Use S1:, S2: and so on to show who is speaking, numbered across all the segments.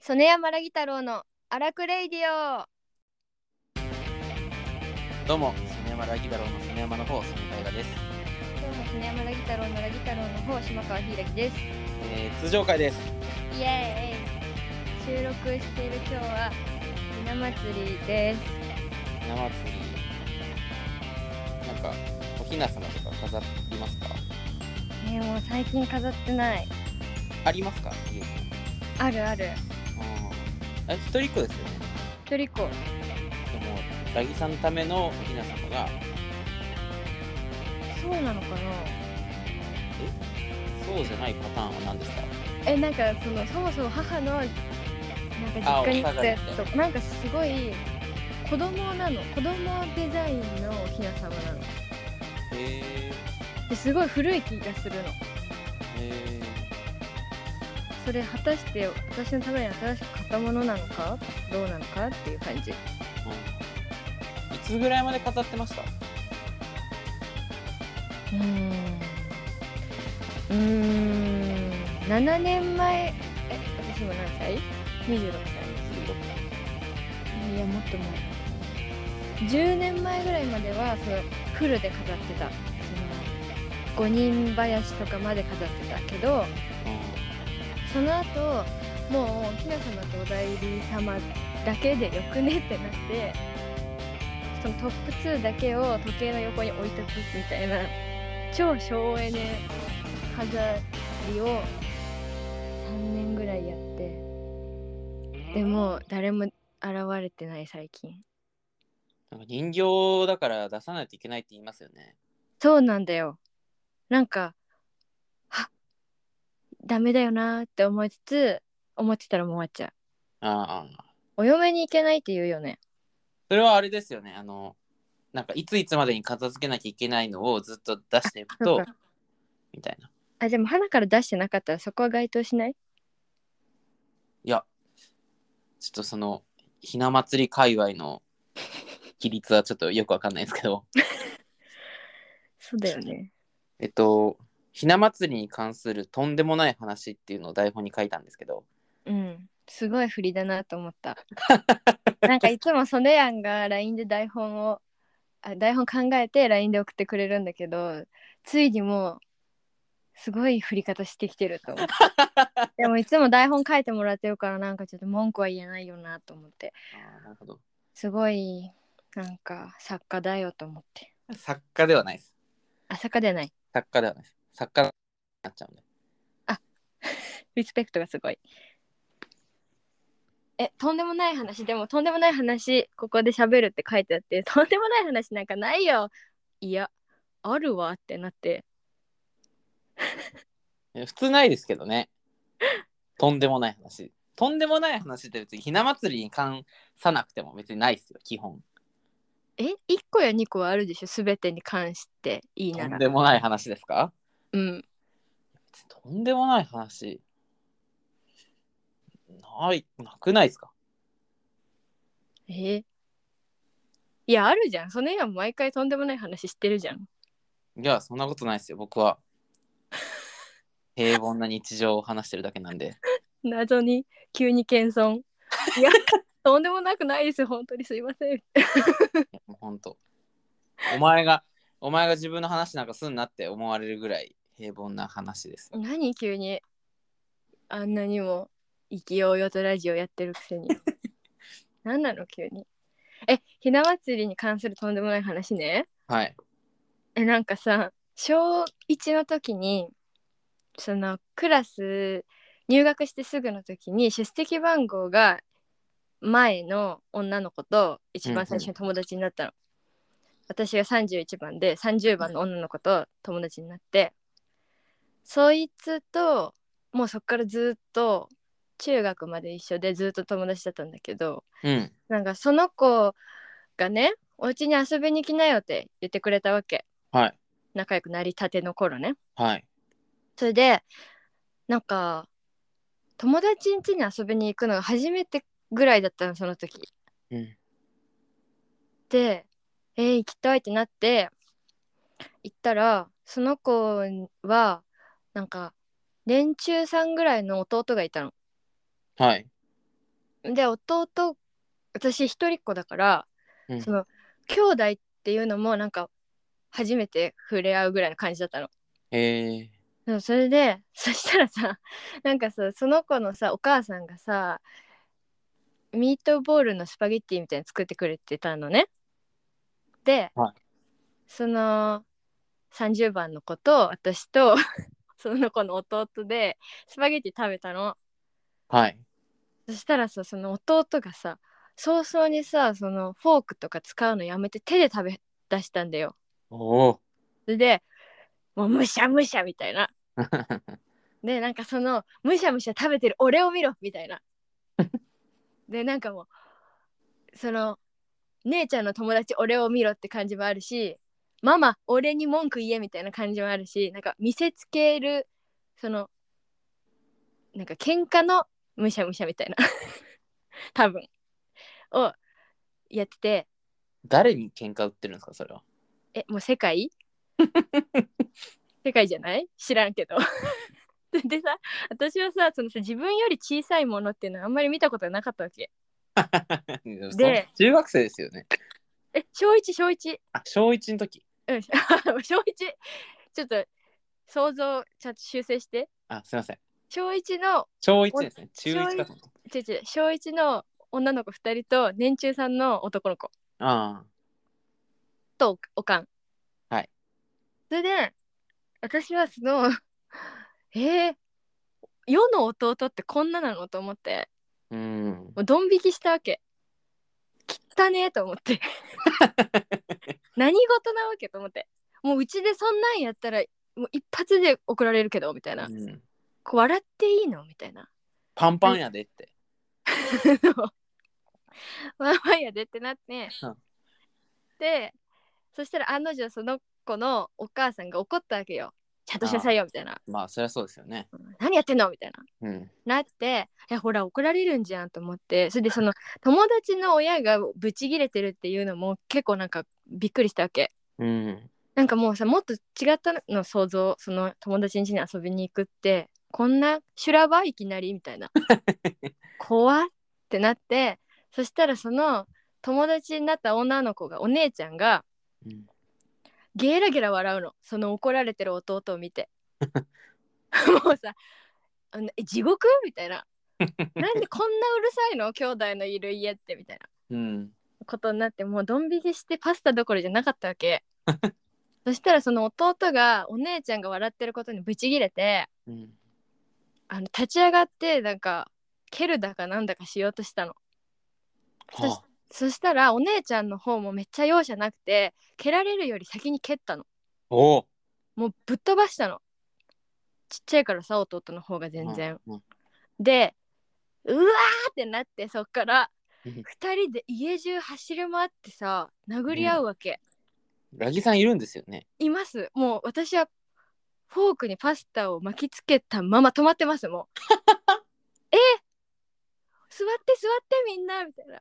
S1: 曽根山ラギ太郎の荒くレイディオ
S2: どうも、曽根山ラギ太郎の曽根山の方、曽根平です、
S1: どうも曽根山ラギ太郎のラギ太郎の方島川ひらきです
S2: えー通常会です。
S1: イエーイ収録している今日はひな祭りです
S2: ひな祭り。なんか、おひな様とか飾りますか
S1: えー、もう最近飾ってない
S2: ありますか家に。
S1: あるある
S2: あーあ、一人っ子ですよね。
S1: トリコ
S2: でも、ラギさんのためのおひな様が、
S1: そうなのかな
S2: そうじゃないパターンは何ですか
S1: えなんかそのそもそも母のなんか
S2: あ
S1: 実家に来たや
S2: お
S1: つ
S2: 下
S1: となんかすごい子供なの子供デザインのおひな様なの
S2: へ
S1: ですごい古い気がするの
S2: ー、へ
S1: それ果たして私のために新しく買ったものなのかどうなのかっていう感じ
S2: ー、うん。いつぐらいまで飾ってました
S1: うんうん7年前え私今何歳 ?26
S2: ?26
S1: 歳いやもっと前10年前ぐらいまではそのフルで飾ってたその5人林とかまで飾ってたけどその後もうひな様とお代理様だけでよくねってなってそのトップ2だけを時計の横に置いとくみたいな超省エネ飾りを3年ぐらいやってでも誰も現れてない最近
S2: なんか人形だから出さないといけないって言いますよね。
S1: そうなんだよなんかはっダメだよなーって思いつつ思ってたらもう終わっちゃう
S2: あーあー、
S1: お嫁に行けないって言うよね
S2: それはあれですよね。あの、なんかいついつまでに片付けなきゃいけないのをずっと出していく
S1: そ
S2: と
S1: う、か
S2: みたいな。
S1: あでも花から出してなかったらそこは該当しない
S2: いや、ちょっとその、ひな祭り界隈の比率はちょっとよくわかんないですけど、
S1: そうだよね
S2: えっと、ひな祭りに関するとんでもない話っていうのを台本に書いたんですけど、
S1: うんすごい振りだなと思った なんかいつもソネヤンが LINE で台本をあ台本考えて LINE で送ってくれるんだけどついにもうすごい振り方してきてると思って でもいつも台本書いてもらってるからなんかちょっと文句は言えないよなと思って
S2: あーなるほど。
S1: すごいなんか作家だよと思って
S2: 作家ではないです。
S1: あ作家ではない
S2: 作家ではないです。作家になっちゃうんで。
S1: リスペクトがすごい。え、とんでもない話、でもとんでもない話、ここで喋るって書いてあって、とんでもない話なんかないよ。いや、あるわってなって。
S2: え普通ないですけどね。とんでもない話。とんでもない話って別にひな祭りに関さなくても別にないですよ、基本。
S1: え、1個や2個はあるでしょ、すべてに関していい
S2: と
S1: なんら。
S2: でもない話ですか
S1: うん。
S2: とんでもない話。ない、なくないですか
S1: えいや、あるじゃん。その絵は毎回とんでもない話してるじゃん。
S2: いや、そんなことないですよ、僕は。平凡な日常を話してるだけなんで。
S1: 謎に、急に謙遜。いや、とんでもなくないです、本当にすいません。
S2: いやもうほんと。お前が、お前が自分の話なんかすんなって思われるぐらい平凡な話です。
S1: 何急にあんなにも勢いよとラジオやってるく せに何なの急にえひな祭りに関するとんでもない話ね
S2: はい。
S1: えなんかさ小1の時にそのクラス入学してすぐの時に出席番号が前の女の子と一番最初に友達になったの、私が31番で30番の女の子と友達になってそいつともうそっからずっと中学まで一緒でずっと友達だったんだけど
S2: うん。
S1: なんかその子がねお家に遊びに来なよって言ってくれたわけ
S2: はい。
S1: 仲良くなりたての頃ね
S2: はい。
S1: それでなんか友達ん家に遊びに行くのが初めてぐらいだったのその時
S2: うん。
S1: でえー行きたいってなって行ったらその子はなんか年中さんぐらいの弟がいたの
S2: はい。
S1: で弟私一人っ子だから、
S2: うん
S1: その兄弟っていうのもなんか初めて触れ合うぐらいの感じだったの。
S2: へえ
S1: でもそれで そしたらさなんかさその子のさお母さんがさミートボールのスパゲッティみたいに作ってくれてたのね。で、
S2: はい
S1: その30番の子と私と その子の弟でスパゲッティ食べたの。
S2: はい
S1: そしたらさその弟がさ早々にさそのフォークとか使うのやめて手で食べ出したんだよ。
S2: おお
S1: それでもうむしゃむしゃみたいな。でなんかそのむしゃむしゃ食べてる俺を見ろみたいな。でなんかもうその姉ちゃんの友達俺を見ろって感じもあるしママ俺に文句言えみたいな感じもあるしなんか見せつけるそのなんか喧嘩のむしゃむしゃみたいな 多分をやってて
S2: 誰に喧嘩売ってるんですかそれは
S1: えもう世界世界じゃない知らん けどでさ私はさそのさ自分より小さいものっていうのはあんまり見たことがなかったわけ
S2: で中学生ですよね
S1: え小一小一
S2: あ小1の時
S1: うん 小一ちょっと想像ちゃんと修正して
S2: あすいません
S1: 小一の
S2: 小1ですね中1かと思った
S1: 違う違う小一の女の子2人と年中さんの男の子
S2: あ
S1: とおかん
S2: はい
S1: それで私はその えー、世の弟ってこんななのと思って
S2: あうん
S1: もうドン引きしたわけ汚ねえと思って 何事なわけと思ってもううちでそんなんやったらもう一発で怒られるけどみたいな、
S2: うん
S1: こう笑っていいのみたいな
S2: パンパンやでって
S1: ワンワンやでってなって、
S2: うん
S1: でそしたら案の定その子のお母さんが怒ったわけよちゃんとしなさいよみたいな
S2: まあそりゃそうですよね
S1: 何やってんのみたいな
S2: うん
S1: なってえほら怒られるんじゃんと思ってそれでその友達の親がブチギレてるっていうのも結構なんかびっくりしたわけ
S2: うん
S1: なんかもうさもっと違ったの想像その友達ん家に遊びに行くってこんな修羅場いきなりみたいな怖っってなってそしたらその友達になった女の子がお姉ちゃんが
S2: うん
S1: ゲラゲラ笑うのその怒られてる弟を見て もうさあのえ地獄みたいななんでこんなうるさいの兄弟のいる家ってみたいな
S2: うん
S1: ことになってもうドン引きしてパスタどころじゃなかったわけそしたらその弟がお姉ちゃんが笑ってることにブチギレて
S2: うん
S1: あの立ち上がってなんか蹴るだかなんだかしようとしたのそし
S2: は
S1: そしたらお姉ちゃんの方もめっちゃ容赦なくて蹴られるより先に蹴ったの
S2: あおお
S1: もうぶっ飛ばしたのちっちゃいからさ弟の方が全然、
S2: うんうん
S1: でうわーってなってそっから
S2: うん
S1: 2人で家中走り回ってさ殴り合うわけ、
S2: ラギさんいるんですよね
S1: いますもう私はフォークにパスタを巻きつけたまま止まってますもうえ座って座ってみんなみたいなさっ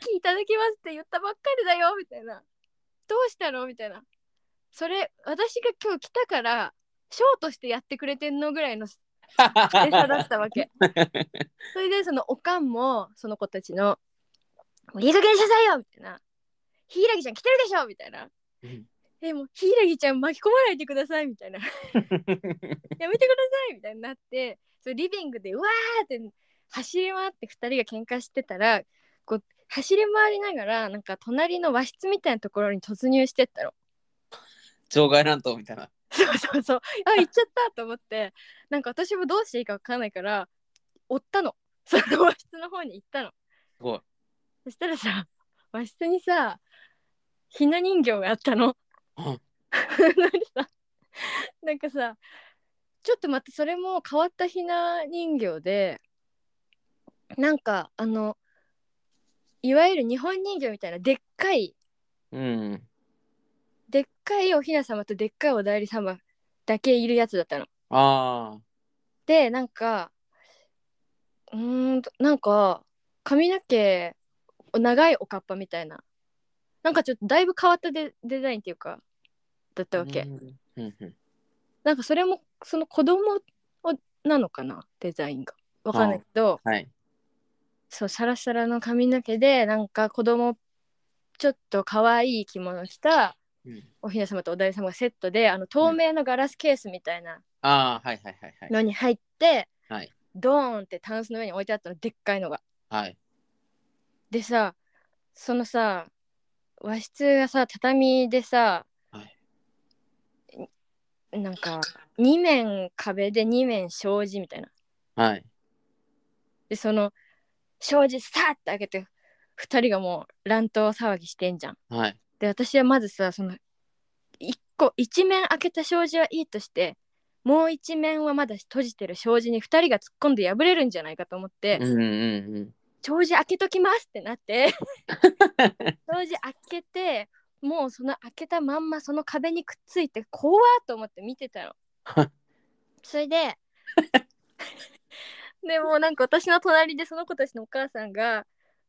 S1: きいただきますって言ったばっかりだよみたいなどうしたのみたいなそれ私が今日来たからショーとしてやってくれてんのぐらいのエサだったわけそれでそのおかんもその子たちの「もういい加減にしなさいよ!」みたいな「ひいらぎちゃん来てるでしょ!」みたいな
S2: うん
S1: えもうヒイラギちゃん巻き込まないでくださいみたいな やめてくださいみたいになってそうリビングでうわーって走り回って2人が喧嘩してたらこう走り回りながらなんか隣の和室みたいなところに突入してったの。
S2: 場外乱闘みたいな
S1: そうそうそうあ行っちゃったと思ってなんか私もどうしていいか分かんないから追ったの その和室の方に行ったの。
S2: すごい
S1: そしたらさ和室にさひな人形があったの。
S2: うん
S1: なんでさなんかさちょっと待ってそれも変わったひな人形でなんかあのいわゆる日本人形みたいなでっかい
S2: うん
S1: でっかいおひな様とでっかいおだいり様だけいるやつだったの。
S2: あ
S1: でなんかうーんとなんか髪の毛長いおかっぱみたいななんかちょっとだいぶ変わったデデザインっていうかだった
S2: あ
S1: わけ、
S2: うんうんうん
S1: なんかそれもその子供をなのかなデザインがわかんないけど、
S2: はい
S1: そうシャラシャラの髪の毛でなんか子供ちょっと可愛い着物着た
S2: うん
S1: おひな様とおだい様がセットであの透明のガラスケースみたいな
S2: ああ、はいはいはいはい。
S1: のに入って、
S2: はい
S1: ドーンってタンスの上に置いてあったのでっかいのが。
S2: はい。
S1: でさそのさ和室がさ畳でさ、
S2: は
S1: なんか2面壁で2面障子みたいな。
S2: はい。
S1: でその障子さーって開けて2人がもう乱闘騒ぎしてんじゃん。
S2: はい。
S1: で私はまずさその1個一面開けた障子はいいとしてもう一面はまだ閉じてる障子に2人が突っ込んで破れるんじゃないかと思って
S2: うんうんうん。
S1: 障子開けときますってなって 障子開けてもうその開けたまんまその壁にくっついて怖ーと思って見てたの。それで でもうなんか私の隣でその子たちのお母さんが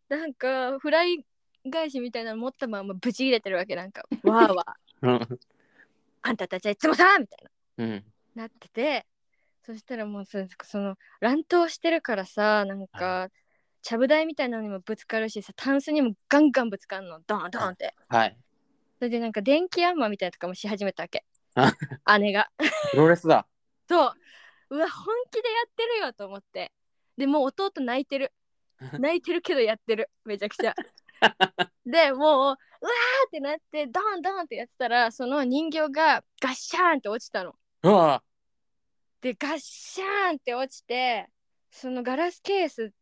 S1: なんかフライ返しみたいなの持ったままブチ切れてるわけなん か「わーわー
S2: うん
S1: あんたたちはいつもさ」みたい
S2: うん。
S1: ななっててそしたらもうそその乱闘してるからさなんかちゃぶ台みたいなのにもぶつかるしさタンスにもガンガンぶつかんのドーンドーンって。
S2: はい。
S1: それでなんか電気ヤンマーみたいなのとかもし始めたわけ
S2: あ
S1: 姉が。
S2: プロレスだ。
S1: そううわ本気でやってるよと思ってでもう弟泣いてる泣いてるけどやってるめちゃくちゃでもううわーってなってドンドンってやってたらその人形がガッシャーンって落ちたの
S2: うわ
S1: でガッシャーンって落ちてそのガラスケース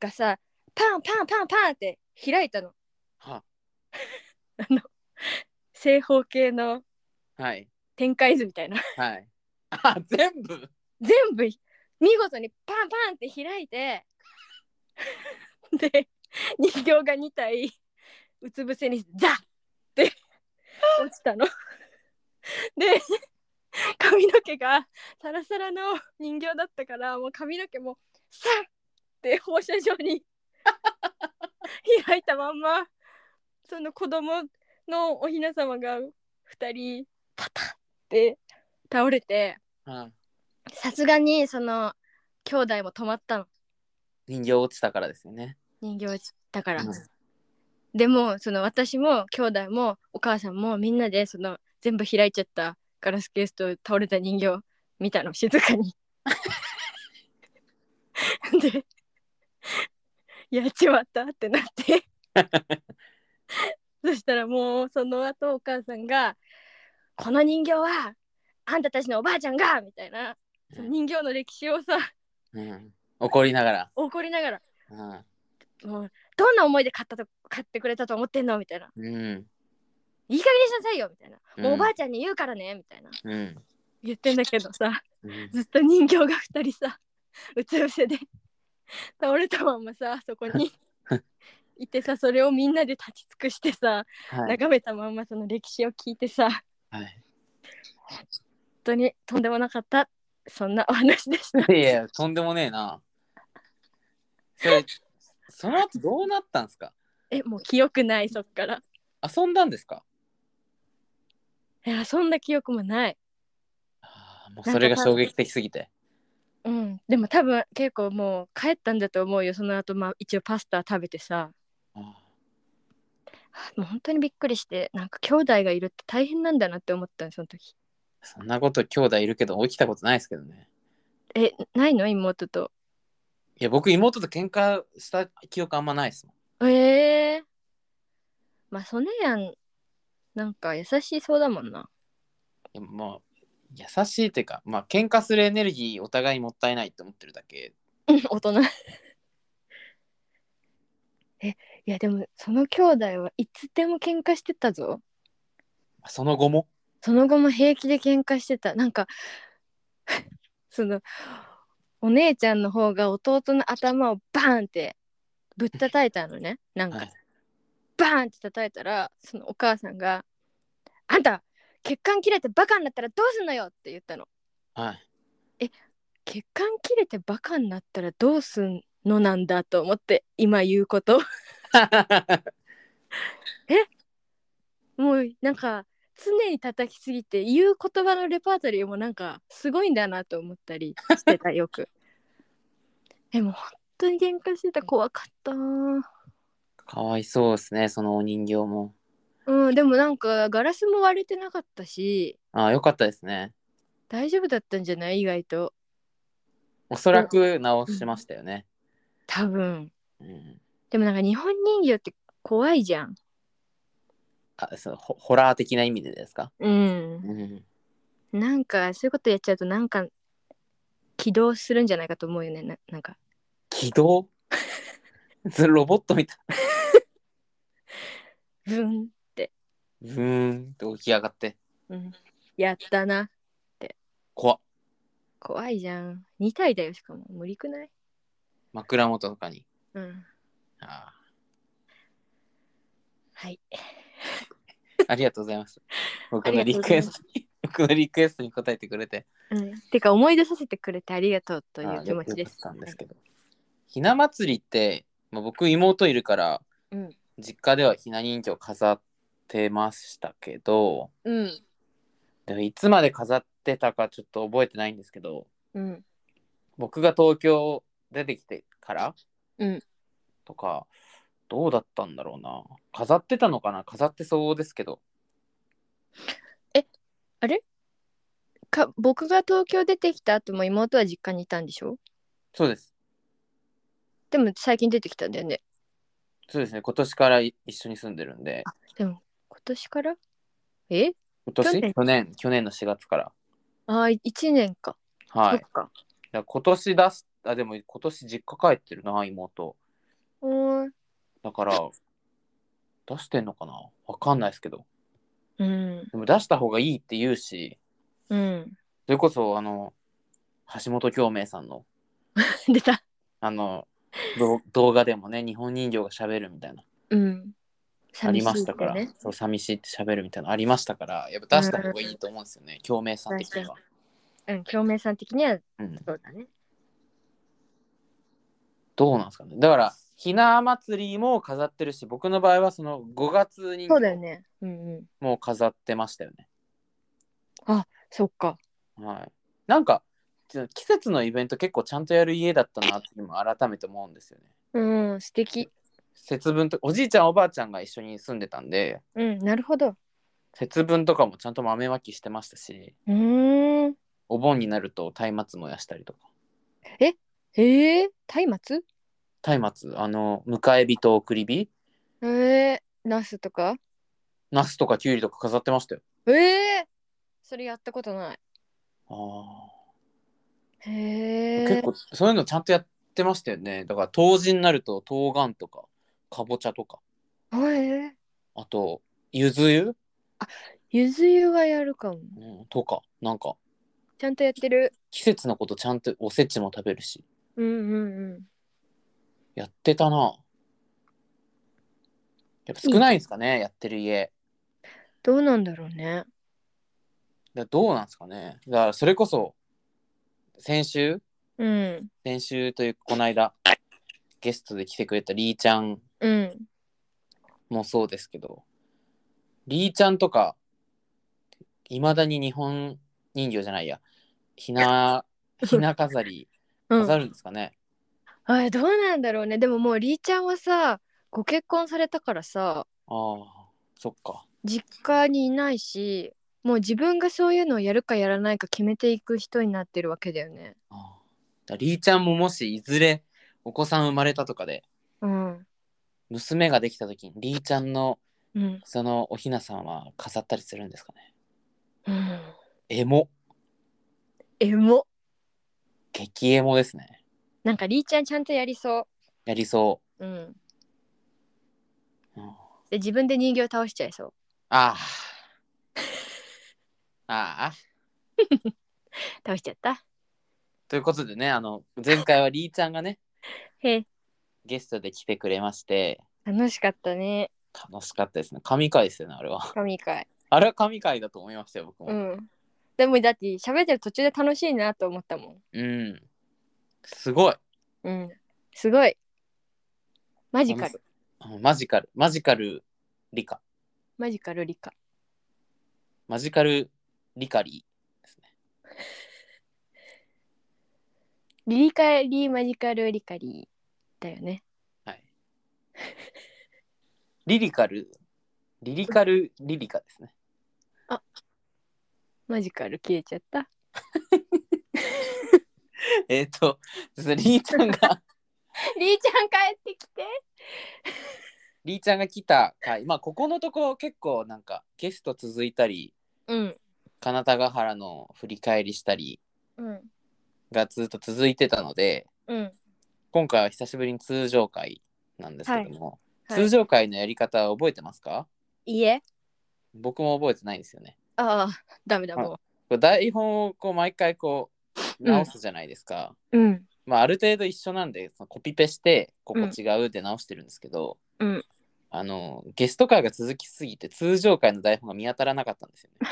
S1: がさパンパンパンパンって開いたの
S2: は
S1: 正方形の
S2: はい。
S1: 展開図みたいな
S2: はい。あ、全部
S1: 全部見事にパンパンって開いてで人形が2体うつ伏せにザッって落ちたの。で髪の毛がサラサラの人形だったからもう髪の毛もサッって放射状に開いたまんまその子供のおひな様が2人パタッって倒れて。
S2: はい。
S1: さすがにその兄弟も止まったの
S2: 人形落ちたからですよね。
S1: 人形だから、
S2: うん
S1: でもその私も兄弟もお母さんもみんなでその全部開いちゃったガラスケースと倒れた人形見たの静かに でやっちまったってなって そしたらもうその後お母さんが「この人形はあんたたちのおばあちゃんが!」みたいなその人形の歴史をさ
S2: うん。怒りながら。
S1: 怒りながら
S2: うん
S1: もうどんな思いで買ったと買ってくれたと思ってんのみたいな。
S2: うん。
S1: いい加減にしなさいよみたいな、もう
S2: うん
S1: おばあちゃんに言うからねみたいな
S2: うん。
S1: 言ってんだけどさ
S2: うん
S1: ずっと人形が2人さ うつ伏せで倒れたまんまさそこにいてさそれをみんなで立ち尽くしてさ
S2: はい。
S1: 眺めたまんまその歴史を聞いてさ本
S2: はい
S1: 当にとんでもなかったそんなお話で した。
S2: いやいや、とんでもねえな。それその後どうなったんですか
S1: えもう記憶ないそっから。
S2: 遊んだんですか
S1: え遊んだ記憶もない。
S2: あーもうそれが衝撃的すぎて。
S1: うん、でも多分結構もう帰ったんだと思うよその後まあ一応パスタ食べてさ
S2: あ
S1: もう本当にびっくりしてなんか兄弟がいるって大変なんだなって思ったのその時
S2: ーそんなこと兄弟いるけど起きたことないですけどね。
S1: えないの妹と
S2: いや僕妹と喧嘩した記憶あんまないですもん。
S1: ええまあソネヤンなんか優しいそうだもんない
S2: やもう優しいっていうかまあ喧嘩するエネルギーお互いもったいないって思ってるだけ。
S1: うん大人 えいやでもその兄弟はいつでも喧嘩してたぞ
S2: その後も
S1: その後も平気で喧嘩してたなんか そのお姉ちゃんの方が弟の頭をバーンってぶったたいたのねなんか、
S2: はい
S1: バーンって叩いたらそのお母さんが「あんた血管切れてバカになったらどうすんのよ!」って言ったの。
S2: はい。
S1: 血管切れてバカになったらどうすんのなんだと思って今言うこともうなんか常に叩きすぎて言う言葉のレパートリー もなんかすごいんだなと思ったりしてたよく。でも本当に喧嘩してた怖かった
S2: かわいそうですねそのお人形も
S1: うんでもなんかガラスも割れてなかったし
S2: ああよかったですね
S1: 大丈夫だったんじゃない意外と
S2: おそらく直しましたよね、
S1: 多分
S2: うん、
S1: でもなんか日本人形って怖いじゃん
S2: あそうホホラー的な意味でですか、
S1: うん
S2: うん、
S1: なんかそういうことやっちゃうとなんか起動するんじゃないかと思うよねななんか
S2: 軌道 それロボットみたい
S1: ブン、
S2: ブーンって起き上がって
S1: うん、やったな
S2: 怖っ
S1: 怖いじゃん2体だよしかも無理くない
S2: 枕元とかに
S1: うん
S2: あ
S1: はい
S2: ーありがとうございます僕のリクエストに 僕のリクエストに答えてくれて
S1: うん、てか思い出させてくれてありがとうという
S2: あー
S1: 気持ち
S2: よ
S1: で
S2: よかっ
S1: す。
S2: たんですけど、ひな祭りって、まあ、僕妹いるから
S1: うん
S2: 実家ではひな人形飾ってましたけど
S1: うん
S2: でもいつまで飾ってたかちょっと覚えてないんですけど
S1: うん
S2: 僕が東京出てきてから
S1: うん
S2: とかどうだったんだろうな飾ってたのかな飾ってそうですけど
S1: か僕が東京出てきた後も妹は実家にいたんでしょ
S2: そうです
S1: でも最近出てきたんだよね。
S2: そうですね今年からい一緒に住んでるんで
S1: でも今年からえ
S2: 今年
S1: 去年
S2: 去年去年の4月から
S1: ああ1年か。
S2: はい
S1: そっか。
S2: だから今年出すあでも今年実家帰ってるな妹
S1: うーん
S2: だから出してんのかなわかんないですけど
S1: うん
S2: でも出した方がいいって言うし
S1: うん。
S2: それこそあの橋本京明さんの
S1: 出た。
S2: あの ど動画でもね日本人形がしゃべるみたいな
S1: うん。
S2: あ
S1: 寂
S2: り
S1: しい
S2: ましたから
S1: ね。
S2: そう寂しいってしゃべるみたいなのありましたからやっぱ出した方がいいと思うんですよね京明さん的には、
S1: うん、共鳴さん的には
S2: うん、
S1: そうだね。
S2: どうなんですかねだからひな祭りも飾ってるし僕の場合はその5月に
S1: そうだよね。うんうん。
S2: もう飾ってましたよね
S1: そっか。
S2: はい、なんかちょ季節のイベント結構ちゃんとやる家だったなって今改めて思うんですよね。
S1: うん素敵。
S2: 節分とおじいちゃんおばあちゃんが一緒に住んでたんで
S1: うんなるほど。
S2: 節分とかもちゃんと豆まきしてましたし
S1: うーん。
S2: お盆になると松明燃やしたりとか
S1: ええー、松
S2: 松明あの迎え火と送り火
S1: 明えー、ナスとか
S2: ナスとかキュウリとか飾ってましたよ。
S1: ええそれやったことない。
S2: あ
S1: へ
S2: ー
S1: え。
S2: 結構そういうのちゃんとやってましたよねだから冬至になると冬瓜とかかぼちゃとか
S1: 構。え
S2: あとゆず湯、
S1: ゆず湯はやるかも。
S2: うん、とかなんか
S1: ちゃんとやってる。
S2: 季節のことちゃんとおせちも食べるし
S1: うんうんうん。
S2: やってたなやっぱ少ないんですかねやってる家
S1: どうなんだろうね。
S2: だどうなんですかねだからそれこそ先週
S1: うん。
S2: 先週というかこの間ゲストで来てくれたりーちゃん
S1: うん。
S2: もそうですけどりーちゃんとかいまだに日本人形じゃないやひなひな飾り
S1: うん、
S2: 飾るんですかね、
S1: あどうなんだろうね。でももうりーちゃんはさ、ご結婚されたからさ、
S2: ああそっか
S1: 実家にいないし、もう自分がそういうのをやるかやらないか決めていく人になってるわけだよね。
S2: あーだりーちゃんももしいずれお子さん生まれたとかで
S1: うん。
S2: 娘ができた時にりーちゃんの
S1: うん。
S2: そのおひなさんは飾ったりするんですかね
S1: うん、
S2: エモ
S1: エモ。
S2: 激エモですね
S1: なんかりーちゃんちゃんとやりそ。
S2: やりそう
S1: うん。
S2: う、うん
S1: で自分で人形倒しちゃいそう。
S2: ああ ああ
S1: 倒しちゃった。
S2: ということでねあの前回はりーちゃんがね
S1: へえ
S2: ゲストで来てくれまして
S1: 楽しかったね。
S2: 楽しかったですね神回ですよねあれは
S1: 神回。
S2: あれは神回だと思いましたよ僕
S1: う
S2: も
S1: ん。でもだって喋ってる途中で楽しいなと思ったも
S2: うん、すごい
S1: ん。うん。すごい。マジカル。
S2: うんマジカルマジカル理科
S1: マジカル理科。
S2: マジカルリカリーですね
S1: リリカリーマジカルリカリだよね
S2: はい。リリカル、リリカル、リリカですね。
S1: マジカル消えちゃった
S2: えっ、と、リーちゃんが、
S1: りーちゃん帰ってきて
S2: リーちゃんが来た回、まあ、ここのとこ結構なんかゲスト続いたり、
S1: うん
S2: 金田ヶ原の振り返りしたり
S1: うん
S2: がずっと続いてたので、
S1: うん
S2: 今回は久しぶりに通常回なんですけども、通常回のやり方覚えてますか
S1: いいえ
S2: 僕も覚えてないんですよね。
S1: ああダメだも
S2: これ台本をこう毎回こ
S1: う
S2: う
S1: ん
S2: 直すじゃないですか。
S1: ううん
S2: まあ、ある程度一緒なんでそのコピペしてここ違うって直してるんですけど、
S1: うん
S2: あのゲスト回が続きすぎて通常回の台本が見当たらなかったんですよね。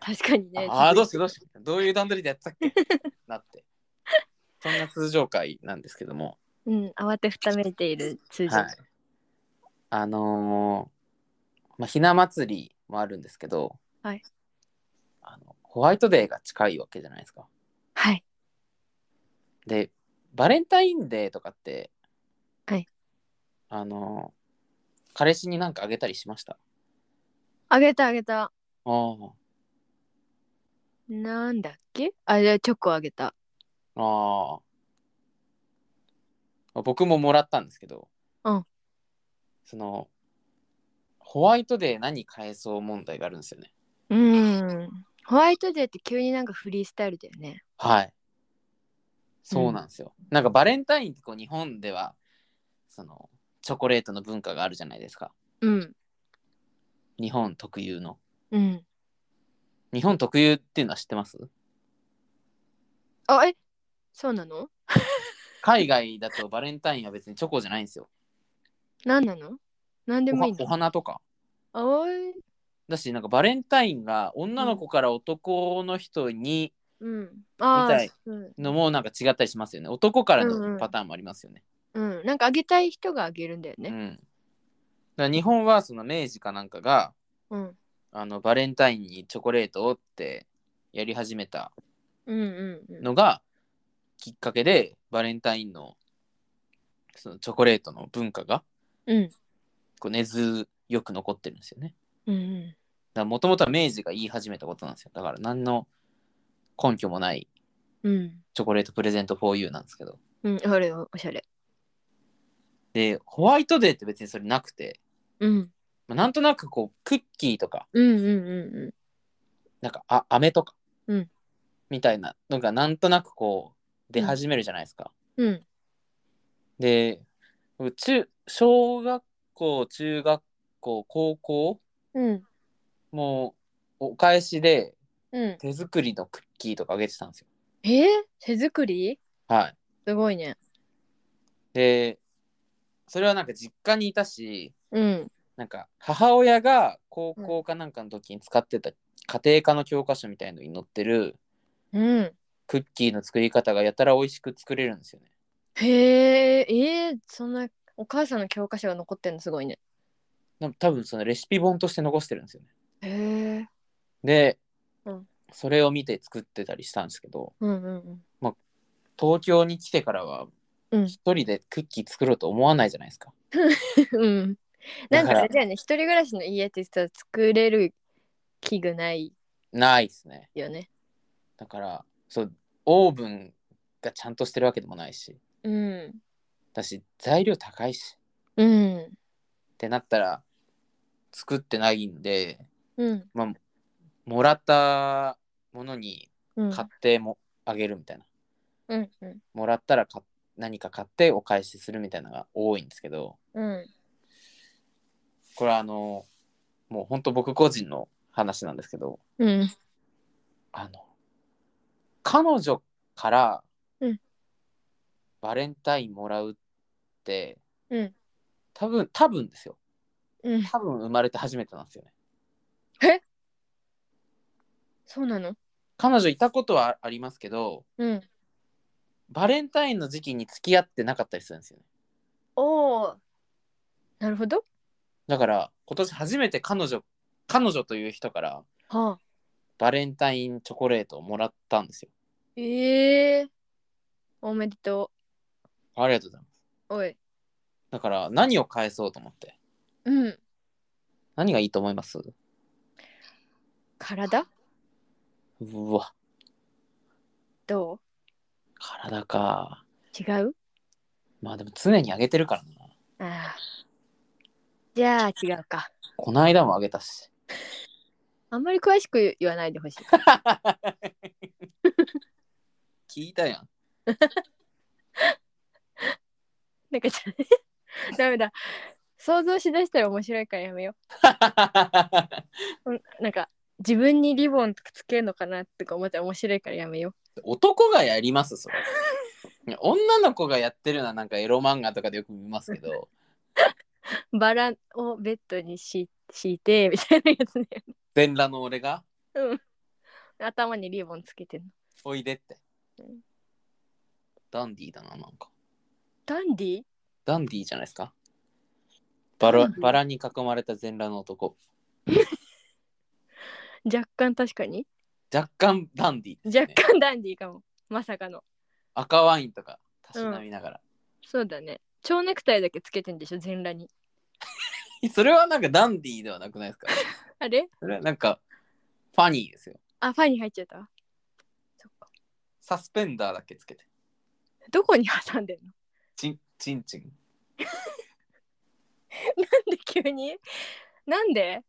S1: 確かにね
S2: ああーどうしようどうしようどういう段取りでやってたっ けなってそんな通常回なんですけども、
S1: うん慌てふためいている通常
S2: はい、あのーまあ、ひな祭りもあるんですけど、
S1: はい
S2: あのホワイトデーが近いわけじゃないですか。
S1: はい
S2: でバレンタインデーとかって
S1: はい
S2: あの彼氏になんかあげたりしました
S1: あげたあげた
S2: あー
S1: なんだっけあれチョコあげた
S2: あー僕ももらったんですけど
S1: うん
S2: そのホワイトデー何返そう問題があるんですよね
S1: うんホワイトデーって急になんかフリースタイルだよね
S2: はいそうなんですよ、なんかバレンタインってこう日本ではそのチョコレートの文化があるじゃないですか
S1: うん
S2: 日本特有の
S1: うん
S2: 日本特有っていうのは知ってます
S1: あえそうなの
S2: 海外だとバレンタインは別にチョコじゃないんですよ。
S1: 何なの何で
S2: お
S1: も
S2: はい
S1: いの
S2: お花とか。
S1: あおい
S2: だし、なんかバレンタインが女の子から男の人に
S1: うんあ
S2: み
S1: あ
S2: たい
S1: うん
S2: のもなんか違ったりしますよね。男からのパターンもありますよね。
S1: うん、なんかあげたい人があげるんだよ
S2: うん
S1: ね。
S2: だから日本はその明治かなんかが
S1: うん、
S2: あのバレンタインにチョコレートをってやり始めた
S1: うん、うん、うん。
S2: のがきっかけでバレンタインのそのチョコレートの文化が
S1: うん、
S2: こう根強く残ってるんですよね。
S1: うん、うん、
S2: だもともとは明治が言い始めたことなんですよ。だから何の根拠もない
S1: うん、
S2: チョコレートプレゼント 4U なんですけど。
S1: うん、あれ、おしゃれ。
S2: で、ホワイトデーって別にそれなくて、
S1: うん、
S2: まあ、なんとなくこう、クッキーとか、
S1: うん、うん、う
S2: なんか、あ、飴とか、
S1: うん
S2: みたいなのがなんとなくこう、出始めるじゃないですか。
S1: ん、うん、
S2: で、僕中、小学校、中学校、高校、
S1: うん、
S2: もう、お返しで
S1: うん。
S2: 手作りのクッキーとかあげてたんですよ。
S1: えー、手作り
S2: はい。
S1: すごいね。
S2: で、それはなんか実家にいたし、
S1: うん、
S2: なんか母親が高校かなんかの時に使ってた家庭科の教科書みたいのに載ってる
S1: うん。
S2: クッキーの作り方がやたら美味しく作れるんですよね。
S1: へえ、えー、そんな、お母さんの教科書が残ってんのすごいね。
S2: な多分そのレシピ本として残してるんですよね。
S1: へえ、
S2: で、
S1: うん
S2: それを見て作ってたりしたんですけど
S1: うん、うん、
S2: 東京に来てからは
S1: うん
S2: 一人でクッキー作ろうと思わないじゃないですか。
S1: うん。うん。 なんか
S2: だ
S1: あ
S2: から
S1: れだよね、一人暮らしの家ってさ、作れる器具ない
S2: ないですね。
S1: よね。
S2: だからそうオーブンがちゃんとしてるわけでもないし
S1: うん、
S2: だし材料高いし
S1: うん、
S2: ってなったら作ってないんで
S1: うん、
S2: まあ、もらったものに
S1: うん。
S2: 買ってもあげるみたいな、
S1: うん、うん。
S2: もらったらか何か買ってお返しするみたいなのが多いんですけど
S1: うん
S2: これはあのもう本当僕個人の話なんですけど
S1: うん
S2: あの彼女から
S1: うん
S2: バレンタインもらうって、
S1: うん
S2: 多分多分ですよ
S1: うん
S2: 多分生まれて初めてなんですよね
S1: そうなの
S2: 彼女いたことはありますけど
S1: うん
S2: バレンタインの時期に付き合ってなかったりするんですよね
S1: おおなるほど
S2: だから今年初めて彼女彼女という人から
S1: はあ
S2: バレンタインチョコレートをもらったんですよ。
S1: ええおめでと
S2: ありがとうございます。
S1: おい
S2: だから何を返そうと思って。
S1: うん
S2: 何がいいと思います
S1: 体
S2: うわ、
S1: ど
S2: 体か。
S1: う違う
S2: まあでも常に上げてるからな。
S1: ああじゃあ違うか
S2: こないだも上げたし。
S1: あんまり詳しく言わないでほしい
S2: 聞いたやん。
S1: なんかちょ ダメだ想像しだしたら面白いからやめよううんなんか自分にリボンつけるのかなとか思ったら面白いからやめよ
S2: 男がやりますそれ。いや女の子がやってるのはなんかエロ漫画とかでよく見ますけど、
S1: うバラをベッドに敷敷いてみたいなやつね
S2: 全裸の俺が
S1: 頭にリボンつけてんの
S2: おいでって
S1: うん。
S2: ダンディーだな、なんか。
S1: ダンディ
S2: ダンディーじゃないですか。バラ
S1: ダンディー
S2: バラに囲まれた全裸の男。
S1: 若干確かに
S2: 若干ダンディーですね、
S1: 若干ダンディかもまさかの
S2: 赤ワインとかたしなみながら、
S1: そうだね蝶ネクタイだけつけてんでしょ全裸に
S2: それはなんかダンディーではなくないですか
S1: あれ
S2: それはなんかファニーですよ
S1: あファンに入っちゃったそっか
S2: サスペンダーだけつけて
S1: どこに挟んでんの
S2: チンチンチン
S1: なんで急になんで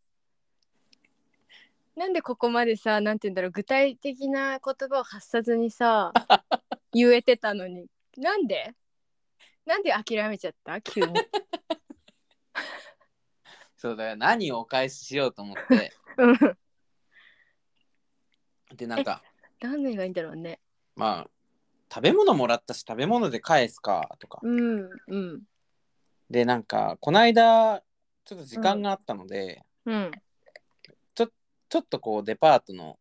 S1: なんでここまでさなんて言うんだろう具体的な言葉を発さずに さ言えてたのになんでなんで諦めちゃった 急に
S2: そうだから何をお返ししようと 思って
S1: うん
S2: でなんか
S1: 何がいいんだろうね
S2: まあ食べ物もらったし食べ物で返すかとか
S1: うんうん
S2: でなんかこないだちょっと時間があったので、
S1: うん
S2: ちょっとこうデパートの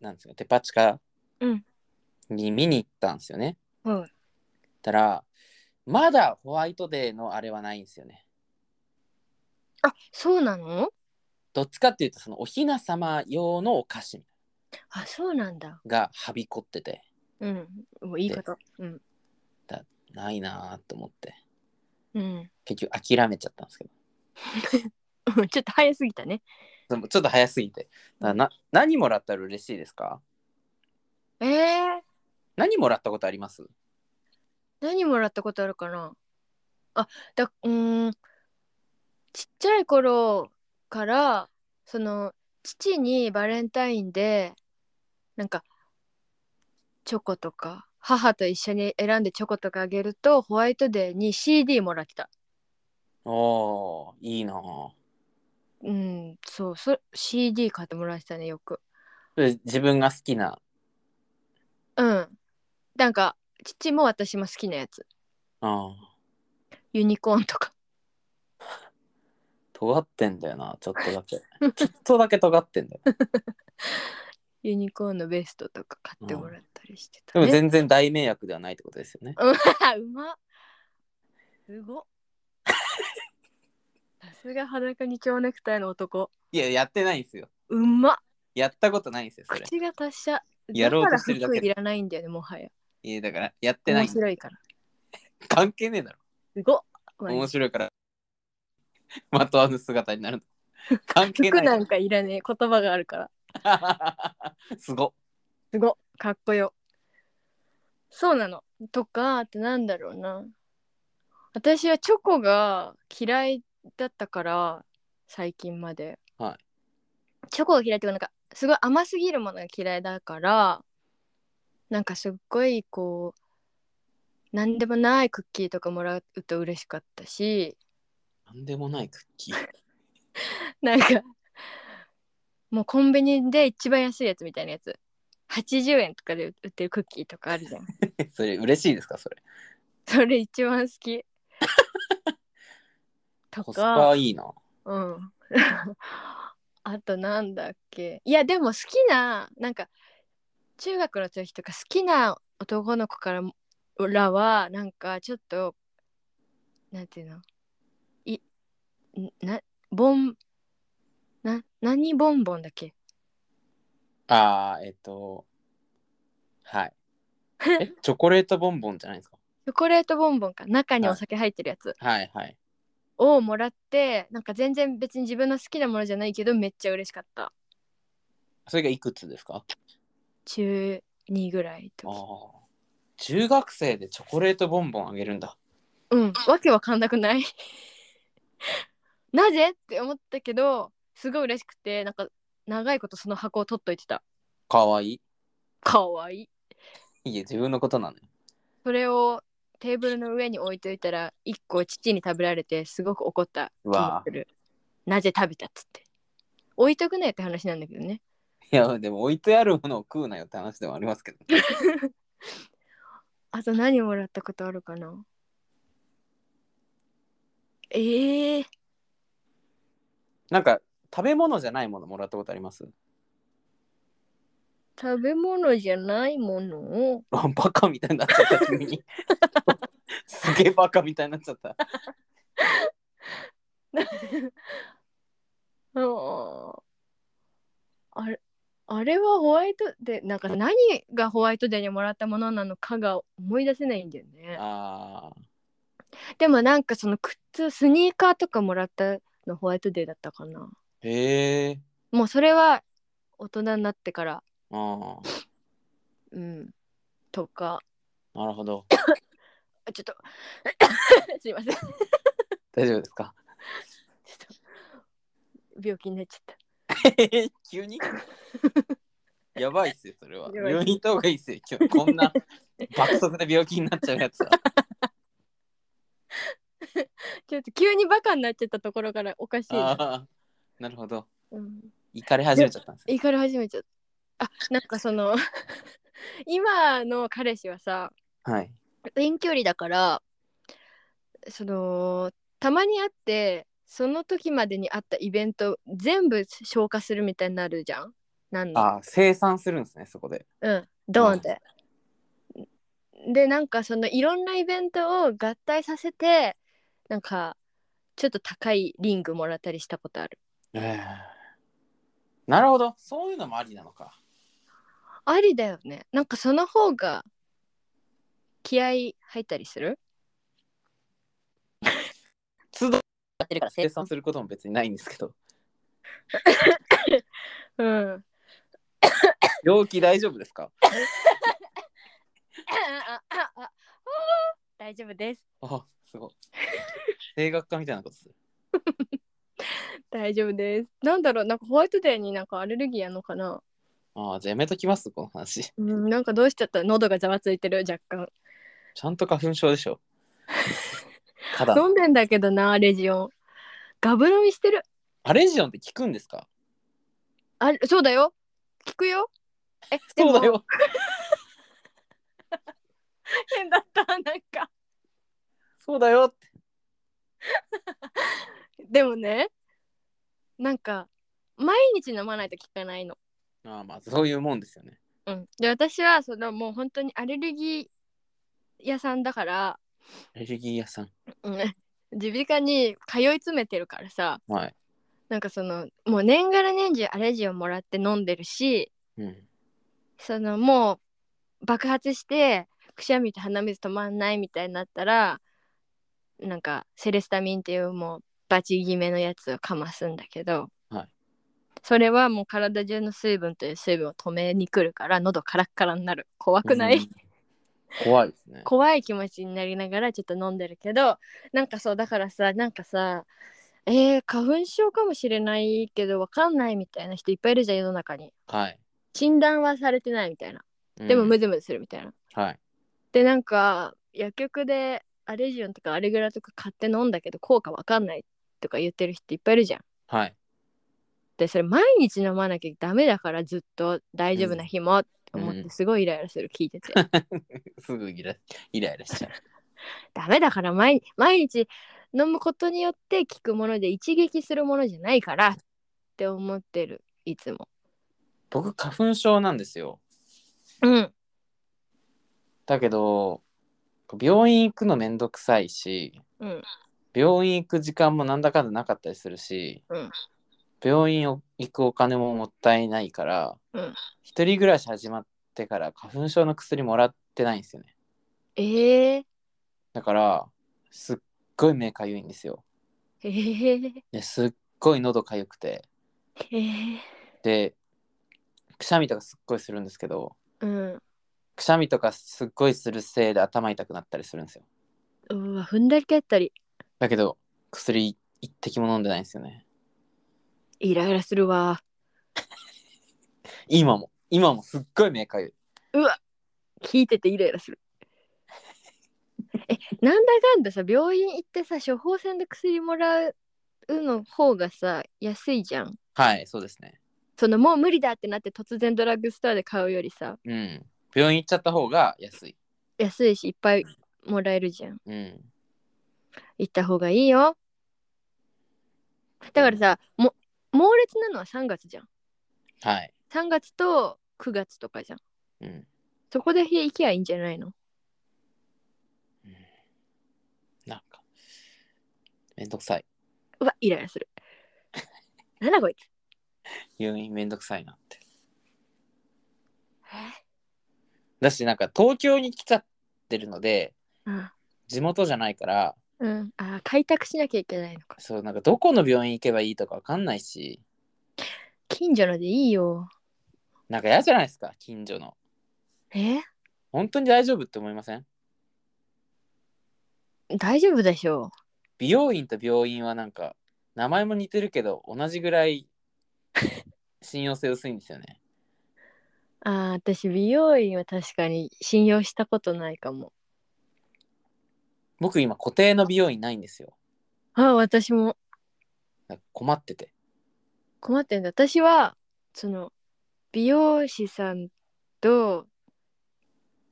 S2: なんですかデパ地下
S1: うん
S2: に見に行ったんですよね、
S1: はい
S2: たらまだホワイトデーのあれはないんですよね
S1: あそうなの
S2: どっちかっていうとそのお雛様用のお菓子
S1: あそうなんだ
S2: がはびこってて
S1: うんもういいことうん
S2: ないなーと思って
S1: うん
S2: 結局諦めちゃったんですけど
S1: うんちょっと早すぎたね
S2: でもちょっと早すぎてだからな何もらったら嬉しいですか
S1: えー、
S2: 何もらったことあります
S1: 何もらったことあるかなあだうーんちっちゃい頃からその父にバレンタインでなんかチョコとか母と一緒に選んでチョコとかあげるとホワイトデーに CD もらってた
S2: おーいいなー
S1: うんそうそ CD 買ってもらってたねよく
S2: それ自分が好きな
S1: うん。なんか、父も私も好きなやつ。
S2: あー
S1: ユニコーンとか。
S2: 尖ってんだよなちょっとだけちょっとだけ尖っ てんだよ
S1: ユニコーンのベストとか買ってもらったりしてた、
S2: でも
S1: ね。
S2: 全然大迷惑ではないってことですよね
S1: うんうまっ。す ごっ。さすが裸に蝶ネクタイの男。
S2: いややってないんですよ
S1: うまっ。
S2: やったことないんです よそれ
S1: 口が達者。
S2: やろうとしてるだけ
S1: から服いらないんだよね、もはや。
S2: いやだからやってない
S1: 面白いから。
S2: 関係ねえだろ
S1: すごっ。マジ
S2: 面白いからまとわぬ姿になる の関係
S1: 服
S2: な
S1: ないんかいらねえ言葉があるから。
S2: すごっ
S1: すごっかっこよそうなのとかあとなんだろうな私はチョコが嫌いだったから最近まで
S2: は
S1: チョコが嫌いっていうかなんかすごい甘すぎるものが嫌いだからなんかすっごいこうなんでもないクッキーとかもらうと嬉しかったし
S2: なんでもないクッキー
S1: なんかもうコンビニで一番安いやつみたいなやつ80円とかで売ってるクッキーとかあるじゃん
S2: それ嬉しいですかそれ
S1: それ一番好 きと
S2: コスパ
S1: か
S2: いいな
S1: うん あとなんだっけいやでも好きななんか中学の時とか好きな男の子からもらはなんかちょっとなんていうのいなボンな何ボンボンだっけ
S2: あーえっとはいえチョコレートボンボンじゃないですか
S1: チョコレートボンボンか中にお酒入ってるやつ
S2: はいはい。
S1: をもらってなんか全然別に自分の好きなものじゃないけどめっちゃ嬉しかった
S2: それがいくつですか
S1: 中2ぐらい
S2: あ
S1: と
S2: あ。中学生でチョコレートボンボンあげるんだ。
S1: うんわけわかんなくない なぜって思ったけどすごい嬉しくてなんか長いことその箱を取っといてた
S2: かわい
S1: かわいい
S2: い。いや、自分のことなのよ。
S1: それをテーブルの上に置いといたら1個父に食べられてすごく怒った気がするなぜ食べたっつって置いとくなよって話なんだけどね
S2: いや、でも置いてあるものを食うなよって話でもありますけど。
S1: あと何もらったことあるかなええ
S2: なんか、食べ物じゃないものもらったことあります
S1: 食べ物じゃないもの
S2: バカみたいになっちゃった、急 に。すげえバカみたいになっちゃった。
S1: をあれあれはホワイトデーなんか何がホワイトデーにもらったものなのかが思い出せないんだよね
S2: あ
S1: でもなんかその靴スニーカーとかもらったのホワイトデーだったかな
S2: ー。へえ。
S1: もうそれは大人になってから
S2: ああ。
S1: うんとか
S2: なるほど。
S1: あちょっと すいません
S2: 大丈夫ですか
S1: ちょっと病気になっちゃった。
S2: 急にやばいっすよ、それは。
S1: やばい
S2: 病院行った方がいいっすよ、今日こんな爆速で病気になっちゃうやつは。
S1: ちょっと急にバカになっちゃったところからおかしいな。
S2: あー なるほど。
S1: うん、
S2: 行かれ始めちゃったんですね。
S1: 怒り始めちゃった。あなんかその 今の彼氏はさ
S2: はい。
S1: 遠距離だからそのたまに会ってその時までにあったイベント全部消化するみたいになるじゃん。なんの
S2: ああ、生産するんですね、そこで。
S1: うん、ドーンって。でなんかそのいろんなイベントを合体させてなんかちょっと高いリングもらったりしたことある。
S2: なるほど。そういうのもありなのか。
S1: ありだよね。なんかその方が気合い入ったりする
S2: 都度
S1: やってるから
S2: 生産することも別にないんですけど。
S1: うん。
S2: 病気大丈夫ですか
S1: あああああ大丈夫です。
S2: あ、すごい。声楽家みたいなことする。
S1: 大丈夫です。なんだろうなんかホワイトデーになんかアレルギーやのかな
S2: ああ、じゃあやめときます、この話。ち
S1: うんなんかどうしちゃった喉がざわついてる若干。
S2: ゃんと花粉症でし ょ。ただ、
S1: 飲んでんだけどなレジオン。ガブ飲みしてる。
S2: アレジオンって聞くんですか
S1: あれそうだよ聞くよえで
S2: そ
S1: も
S2: うだよ。
S1: 変だったなんか
S2: そうだよって。
S1: でもねなんか毎日飲まないと効かないの
S2: ああ、まあ、そういうもんですよね。
S1: うんで私はそのもう本当にアレルギー屋さんだから、
S2: アレルギー屋さん。
S1: うん、 耳鼻科に通い詰めてるからさ
S2: はい。
S1: なんかそのもう年がら年中アレジをもらって飲んでるし
S2: うん。
S1: そのもう爆発してくしゃみと鼻水止まんないみたいになったらなんかセレスタミンっていうもうバチ決めのやつをかますんだけど、
S2: はい
S1: それはもう体中の水分という水分を止めに来るから喉カラッカラになる怖くない、
S2: うん怖いですね。
S1: 怖い気持ちになりながらちょっと飲んでるけどなんかそうだからさなんかさえー、花粉症かもしれないけどわかんないみたいな人いっぱいいるじゃん世の中に
S2: はい。
S1: 診断はされてないみたいな
S2: うん
S1: でもムズムズするみたいな、
S2: はい。
S1: でなんか薬局でアレジオンとかアレグラとか買って飲んだけど効果わかんないとか言ってる人いっぱいいるじゃん。
S2: はい。
S1: でそれ毎日飲まなきゃダメだからずっと大丈夫な日もって思っ
S2: うん
S1: てすごいイライラする聞いてて、
S2: すぐイライライラしちゃう。
S1: ダメだから毎毎日飲むことによって効くもので一撃するものじゃないからって思ってるいつも。
S2: 僕、花粉症なんですよ。
S1: うん
S2: だけど、病院行くのめんどくさいし、
S1: うん
S2: 病院行く時間もなんだかんだなかったりするし、
S1: うん
S2: 病院を行くお金ももったいないから、
S1: うん
S2: 一人暮らし始まってから花粉症の薬もらってないんですよね。
S1: えー、
S2: だからすっごい目かゆいんですよ
S1: えー、
S2: ですっごい喉かゆくて
S1: えー、
S2: でくしゃみとかすっごいするんですけど
S1: うん
S2: くしゃみとかすっごいするせいで頭痛くなったりするんですよ
S1: うわ踏んだり蹴ったり
S2: だけど薬一滴も飲んでないんですよね
S1: イライラするわ
S2: 今も今もすっごい目かゆい
S1: 聞いててイライラするえなんだかんださ病院行ってさ処方箋で薬もらうの方がさ安いじゃん
S2: はいそうですね
S1: そのもう無理だってなって突然ドラッグストアで買うよりさ
S2: うん病院行っちゃった方が安い
S1: 安いしいっぱいもらえるじゃん
S2: うん
S1: 行った方がいいよだからさも猛烈なのは3月じゃん
S2: はい
S1: 3月と9月とかじゃん
S2: うん
S1: そこで行きゃいいんじゃないの
S2: なんかめんどくさいう
S1: わイライラする なんだこいつ
S2: 病院めんどくさいなって
S1: え
S2: だしなんか東京に来ちゃってるので
S1: うん、
S2: 地元じゃないから
S1: うん、あー開拓しなきゃいけないのか
S2: そうなんかどこの病院行けばいいとかわかんないし
S1: 近所のでいいよ
S2: なんか嫌じゃないですか近所の
S1: え
S2: 本当に大丈夫って思いません
S1: 大丈夫でしょ
S2: 美容院と病院はなんか名前も似てるけど同じぐら い信用性薄いんですよね
S1: うあー私美容院は確かに信用したことないかも
S2: 僕今固定の美容院ないんですよ
S1: あー私も
S2: なんか困ってて
S1: 困ってんだ私はその美容師さんと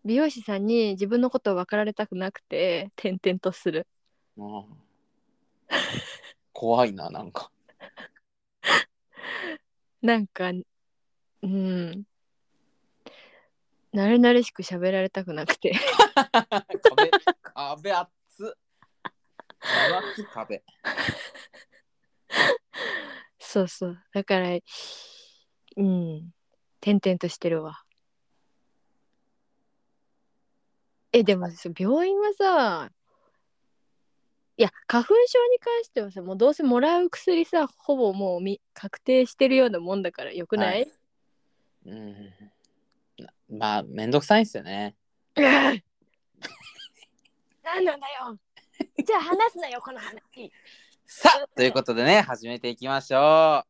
S1: 美容師さんに自分のことを分かられたくなくて転々とする
S2: うん怖いななんか
S1: なんかうん慣れ慣れしく喋られたくなくて
S2: 壁壁厚っ分厚い壁
S1: そうそうだからうん転々としてるわえでもそう病院はさいや花粉症に関してはさもうどうせもらう薬さほぼもうみ確定してるようなもんだからよくない、
S2: うんなまあめんどくさいんですよね
S1: うっ 何なんだよじゃあ話すなよこの話
S2: さあということでね始めていきましょう
S1: うわ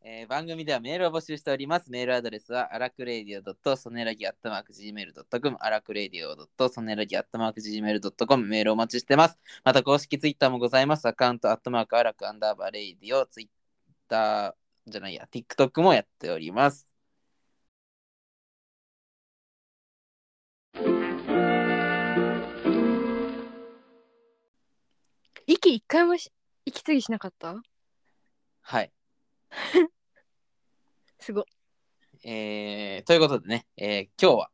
S2: えー番組ではメールを募集しております。メールアドレスはアラクレディオソネラギアットマーク Gmail.com アラクレディオソネラギアットマーク Gmail.com メールお待ちしてます。また公式ツイッターもございます。アカウントアットマークアラクアンダーバーレディオツイッターじゃないや TikTok もやっております。
S1: 息一回もし息継ぎしなかった
S2: はい。
S1: すご
S2: えーということでね、えー今日は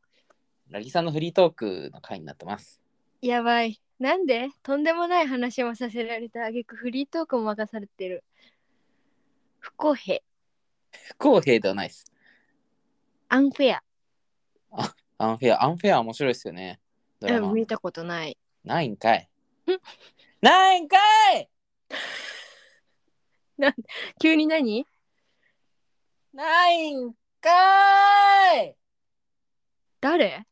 S2: ラギさんのフリートークの回になってます。
S1: やばいなんでとんでもない話もさせられてあげくフリートークも任されてる不公平
S2: 不公平ではないです。
S1: アンフェア
S2: アンフェア、アンフェア面白いですよね。ドラマ。
S1: うん見たことない
S2: ないんかい
S1: ん。
S2: ないんかい
S1: 急に何
S2: ないんかい
S1: 誰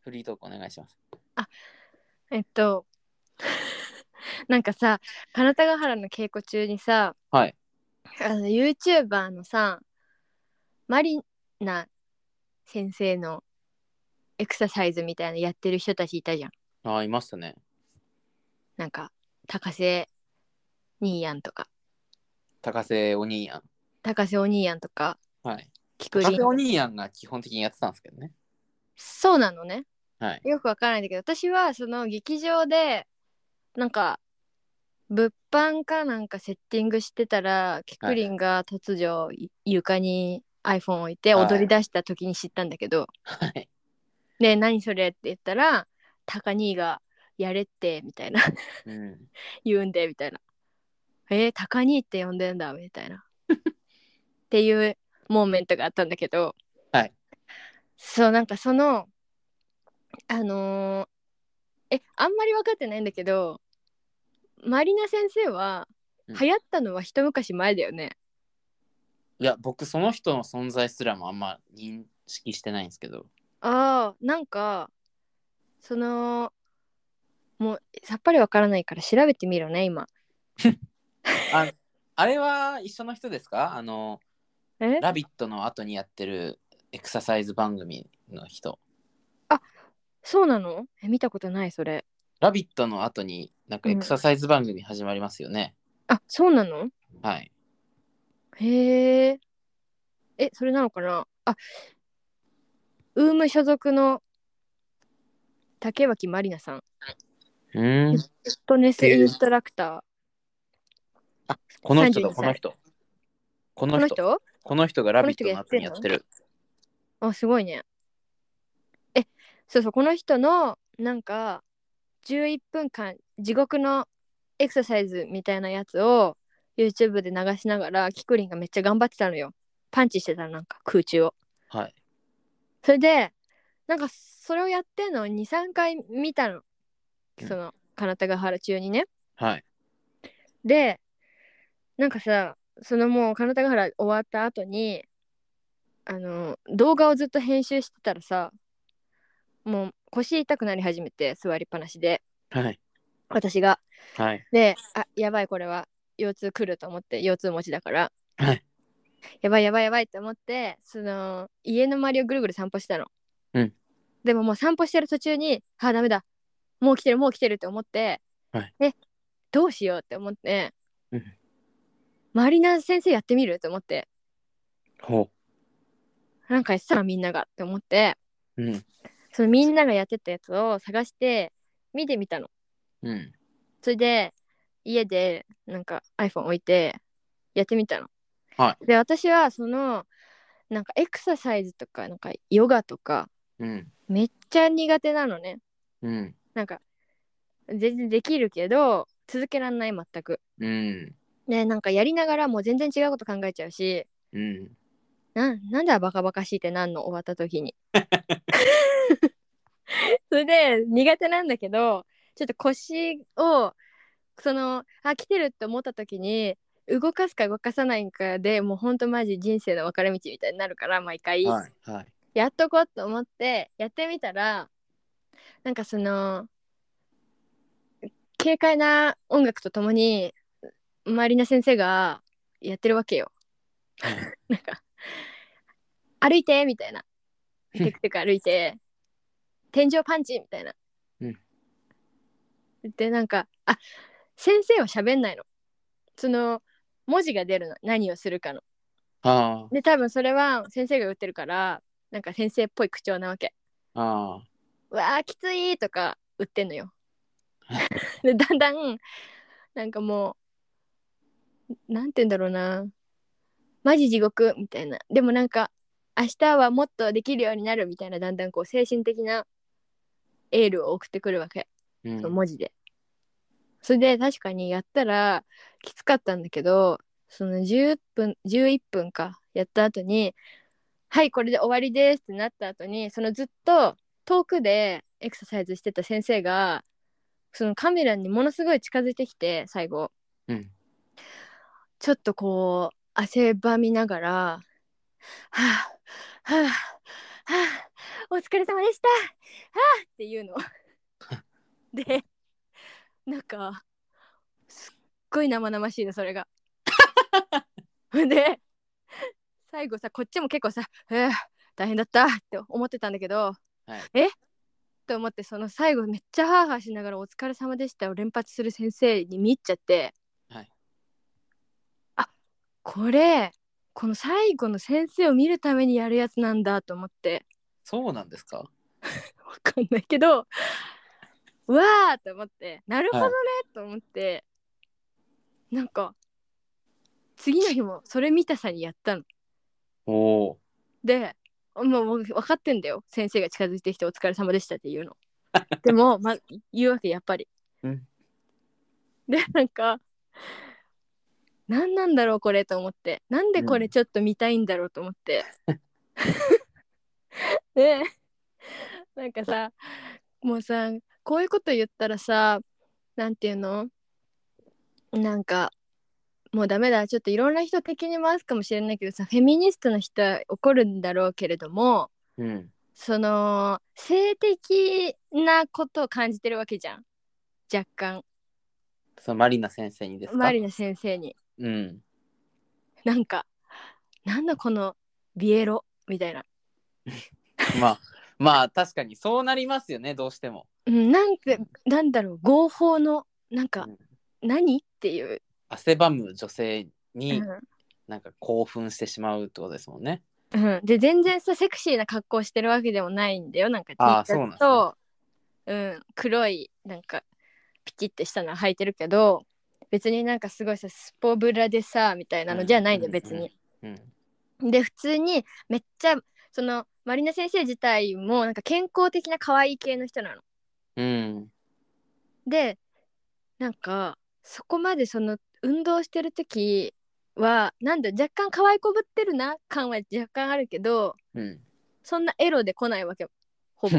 S2: フリートークお願いします。
S1: えっと なんかさ金田ヶ原の稽古中にさ
S2: はい。
S1: あの YouTuber のさマリナ先生のエクササイズみたいなのやってる人たちいたじゃん
S2: ああ、いましたね。
S1: なんか高瀬兄やんとか
S2: 高瀬お兄やん。
S1: 高瀬お兄やんとか
S2: はい。
S1: 菊
S2: 高瀬
S1: 林
S2: お兄やんが基本的にやってたんですけどね。
S1: そうなのね
S2: はい。
S1: よくわからないんだけど私はその劇場でなんか物販かなんかセッティングしてたらキクリンが突如、い床に iPhone を置いて
S2: はい
S1: 踊り出した時に知ったんだけど
S2: はい。
S1: 「ねえ何それ?」って言ったら「タカ兄がやれって」みたいな
S2: うん。
S1: 言うんでみたいな「えー、タカ兄って呼んでんだ」みたいなっていうモーメントがあったんだけど
S2: はい
S1: そうなんかそのあのーえあんまり分かってないんだけどマリナ先生は
S2: うん
S1: 流行ったのは一昔前だよね、
S2: いや僕その人の存在すらもあんま認識してないんですけど
S1: ああなんかそのもうさっぱりわからないから調べてみろね今
S2: ああれは一緒の人ですかあの
S1: え
S2: 「ラビット!」の後にやってるエクササイズ番組の人
S1: そうなのえ見たことないそれ
S2: 「ラビット!」の後になんかエクササイズ番組始まりますよね、
S1: あそうなの
S2: はい
S1: へええそれなのかなあウーム所属の竹脇まりなさん
S2: うーん
S1: フィットネスインストラクタ
S2: この人だ
S1: 32
S2: この人こ
S1: ー
S2: の
S1: この
S2: 人この人
S1: 人
S2: が「ラビット!」の後にや
S1: この
S2: って
S1: 人
S2: る
S1: あすごいねえそうそうこの人のなんか11分間地獄のエクササイズみたいなやつを YouTube で流しながらキクリンがめっちゃ頑張ってたのよパンチしてたのなんか空中を
S2: はい
S1: それでなんかそれをやってんのを23回見たの
S2: うん
S1: その金田ヶ原中にね
S2: はい
S1: でなんかさそのもう金田ヶ原終わった後にあの動画をずっと編集してたらさもう腰痛くなり始めて座りっぱなしで
S2: はい
S1: 私が
S2: はい
S1: であやばいこれは腰痛来ると思って腰痛持ちだから
S2: はい
S1: やばいやばいやばいって思ってその家の周りをぐるぐる散歩したの、
S2: うん
S1: でももう散歩してる途中にあダメだもう来てるもう来てるって思って、
S2: はい
S1: ねどうしようって思って、
S2: うん
S1: マリナ先生やってみると思って
S2: ほ
S1: なんかやってたらみんながって思って
S2: ううん
S1: そのみんながやってたやつを探して見てみたの
S2: うん
S1: それで家でなんか iPhone 置いてやってみたの。
S2: は
S1: で私はそのなんかエクササイズとかなんかヨガとか
S2: うん
S1: めっちゃ苦手なのね。
S2: うん
S1: なんか全然できるけど続けらんない全く。
S2: うん
S1: でなんかやりながらもう全然違うこと考えちゃうし
S2: うん
S1: ななんだバカバカしいってなんの終わった時に。 それで苦手なんだけどちょっと腰をそのあ来てるって思った時に動かすか動かさないかでもうほんとマジ人生の分かれ道みたいになるから毎回、
S2: はいはい
S1: やっとこうと思ってやってみたらなんかその軽快な音楽とともにマリナ先生がやってるわけよ。なんか歩いてみたいな。テクテク歩いて天井パンチみたいな。
S2: うん
S1: でなんかあ先生は喋んないの。その文字が出るの何をするかの。
S2: あ
S1: で多分それは先生が言ってるからなんか先生っぽい口調なわけ。
S2: あああ
S1: わあきついとか売ってんのよ。でだんだんなんかもうなんて言うんだろうなマジ地獄みたいなでもなんか明日はもっとできるようになるみたいなだんだんこう精神的なエールを送ってくるわけ、
S2: うん
S1: その文字で。それで確かにやったらきつかったんだけどその10分11分かやった後に「はいこれで終わりです」ってなった後にそのずっと遠くでエクササイズしてた先生がそのカメラにものすごい近づいてきて最後
S2: うん
S1: ちょっとこう汗ばみながら「はあはあはあお疲れ様でしたはあ」っていう のでなんかすっごい生々しいのそれ が。で最後さこっちも結構さ「えー、大変だった」って思ってたんだけど「
S2: はい
S1: えっ?」と思ってその最後めっちゃハーハーしながら「お疲れ様でした」を連発する先生に見入っちゃって、
S2: はい
S1: あこれこの最後の先生を見るためにやるやつなんだと思って
S2: そうなんですか
S1: わかんないけどうわーと思ってなるほどね、と思ってなんか次の日もそれ見たさにやったの。
S2: おお
S1: でもうもう分かってんだよ先生が近づいてきて「お疲れ様でした」って言うの。で も、ま、言うわけやっぱり。
S2: うん
S1: でなんか何なんだろうこれと思ってなんでこ
S2: う
S1: れ
S2: ん
S1: ちょっと見たいんだろうと思って。でなんかさもうさこういうこと言ったらさなんていうのなんかもうダメだちょっといろんな人敵に回すかもしれないけどさフェミニストの人は怒るんだろうけれども
S2: うん。
S1: その性的なことを感じてるわけじゃん若干
S2: そのマリナ先生にですか
S1: マリナ先生に
S2: うん。
S1: なんかなんだこのビエロみたいな、
S2: まあ、 まあ確かにそうなりますよね、どうしても。
S1: うん、なんてなんだろう合法のなんか
S2: うん
S1: 何っていう、
S2: 汗ばむ女性に
S1: うん
S2: なんか興奮してしまうってことですもんね。
S1: うん、で全然さセクシーな格好してるわけでもないんだよなんか T
S2: あー
S1: シャツとう、ん、黒いなんかピチッてしたのは履いてるけど別になんかすごいさスポブラでさみたいなのじゃないんだよ別に。
S2: うん。
S1: で普通にめっちゃそのマリナ先生自体もなんか健康的な可愛い系の人なの。
S2: うん。
S1: でなんかそこまでその運動してる時はなんだ若干可愛いこぶってるな感は若干あるけど
S2: うん。
S1: そんなエロで来ないわけよほぼ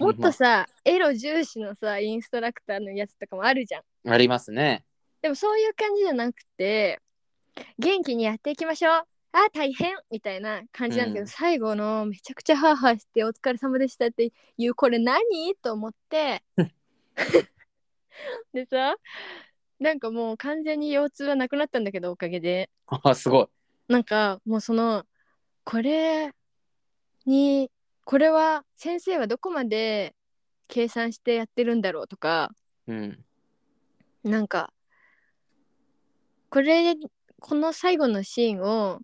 S1: もっとさエロ重視のさインストラクターのやつとかもあるじゃん
S2: ありますね。
S1: でもそういう感じじゃなくて元気にやっていきましょうあー大変みたいな感じなんだけど、
S2: うん
S1: 最後のめちゃくちゃハーハーしてお疲れ様でしたっていうこれ何と思ってでさなんかもう完全に腰痛はなくなったんだけどおかげで
S2: あすごい。
S1: なんかもうそのこれにこれは先生はどこまで計算してやってるんだろうとか
S2: うん。
S1: なんかこれこの最後のシーンを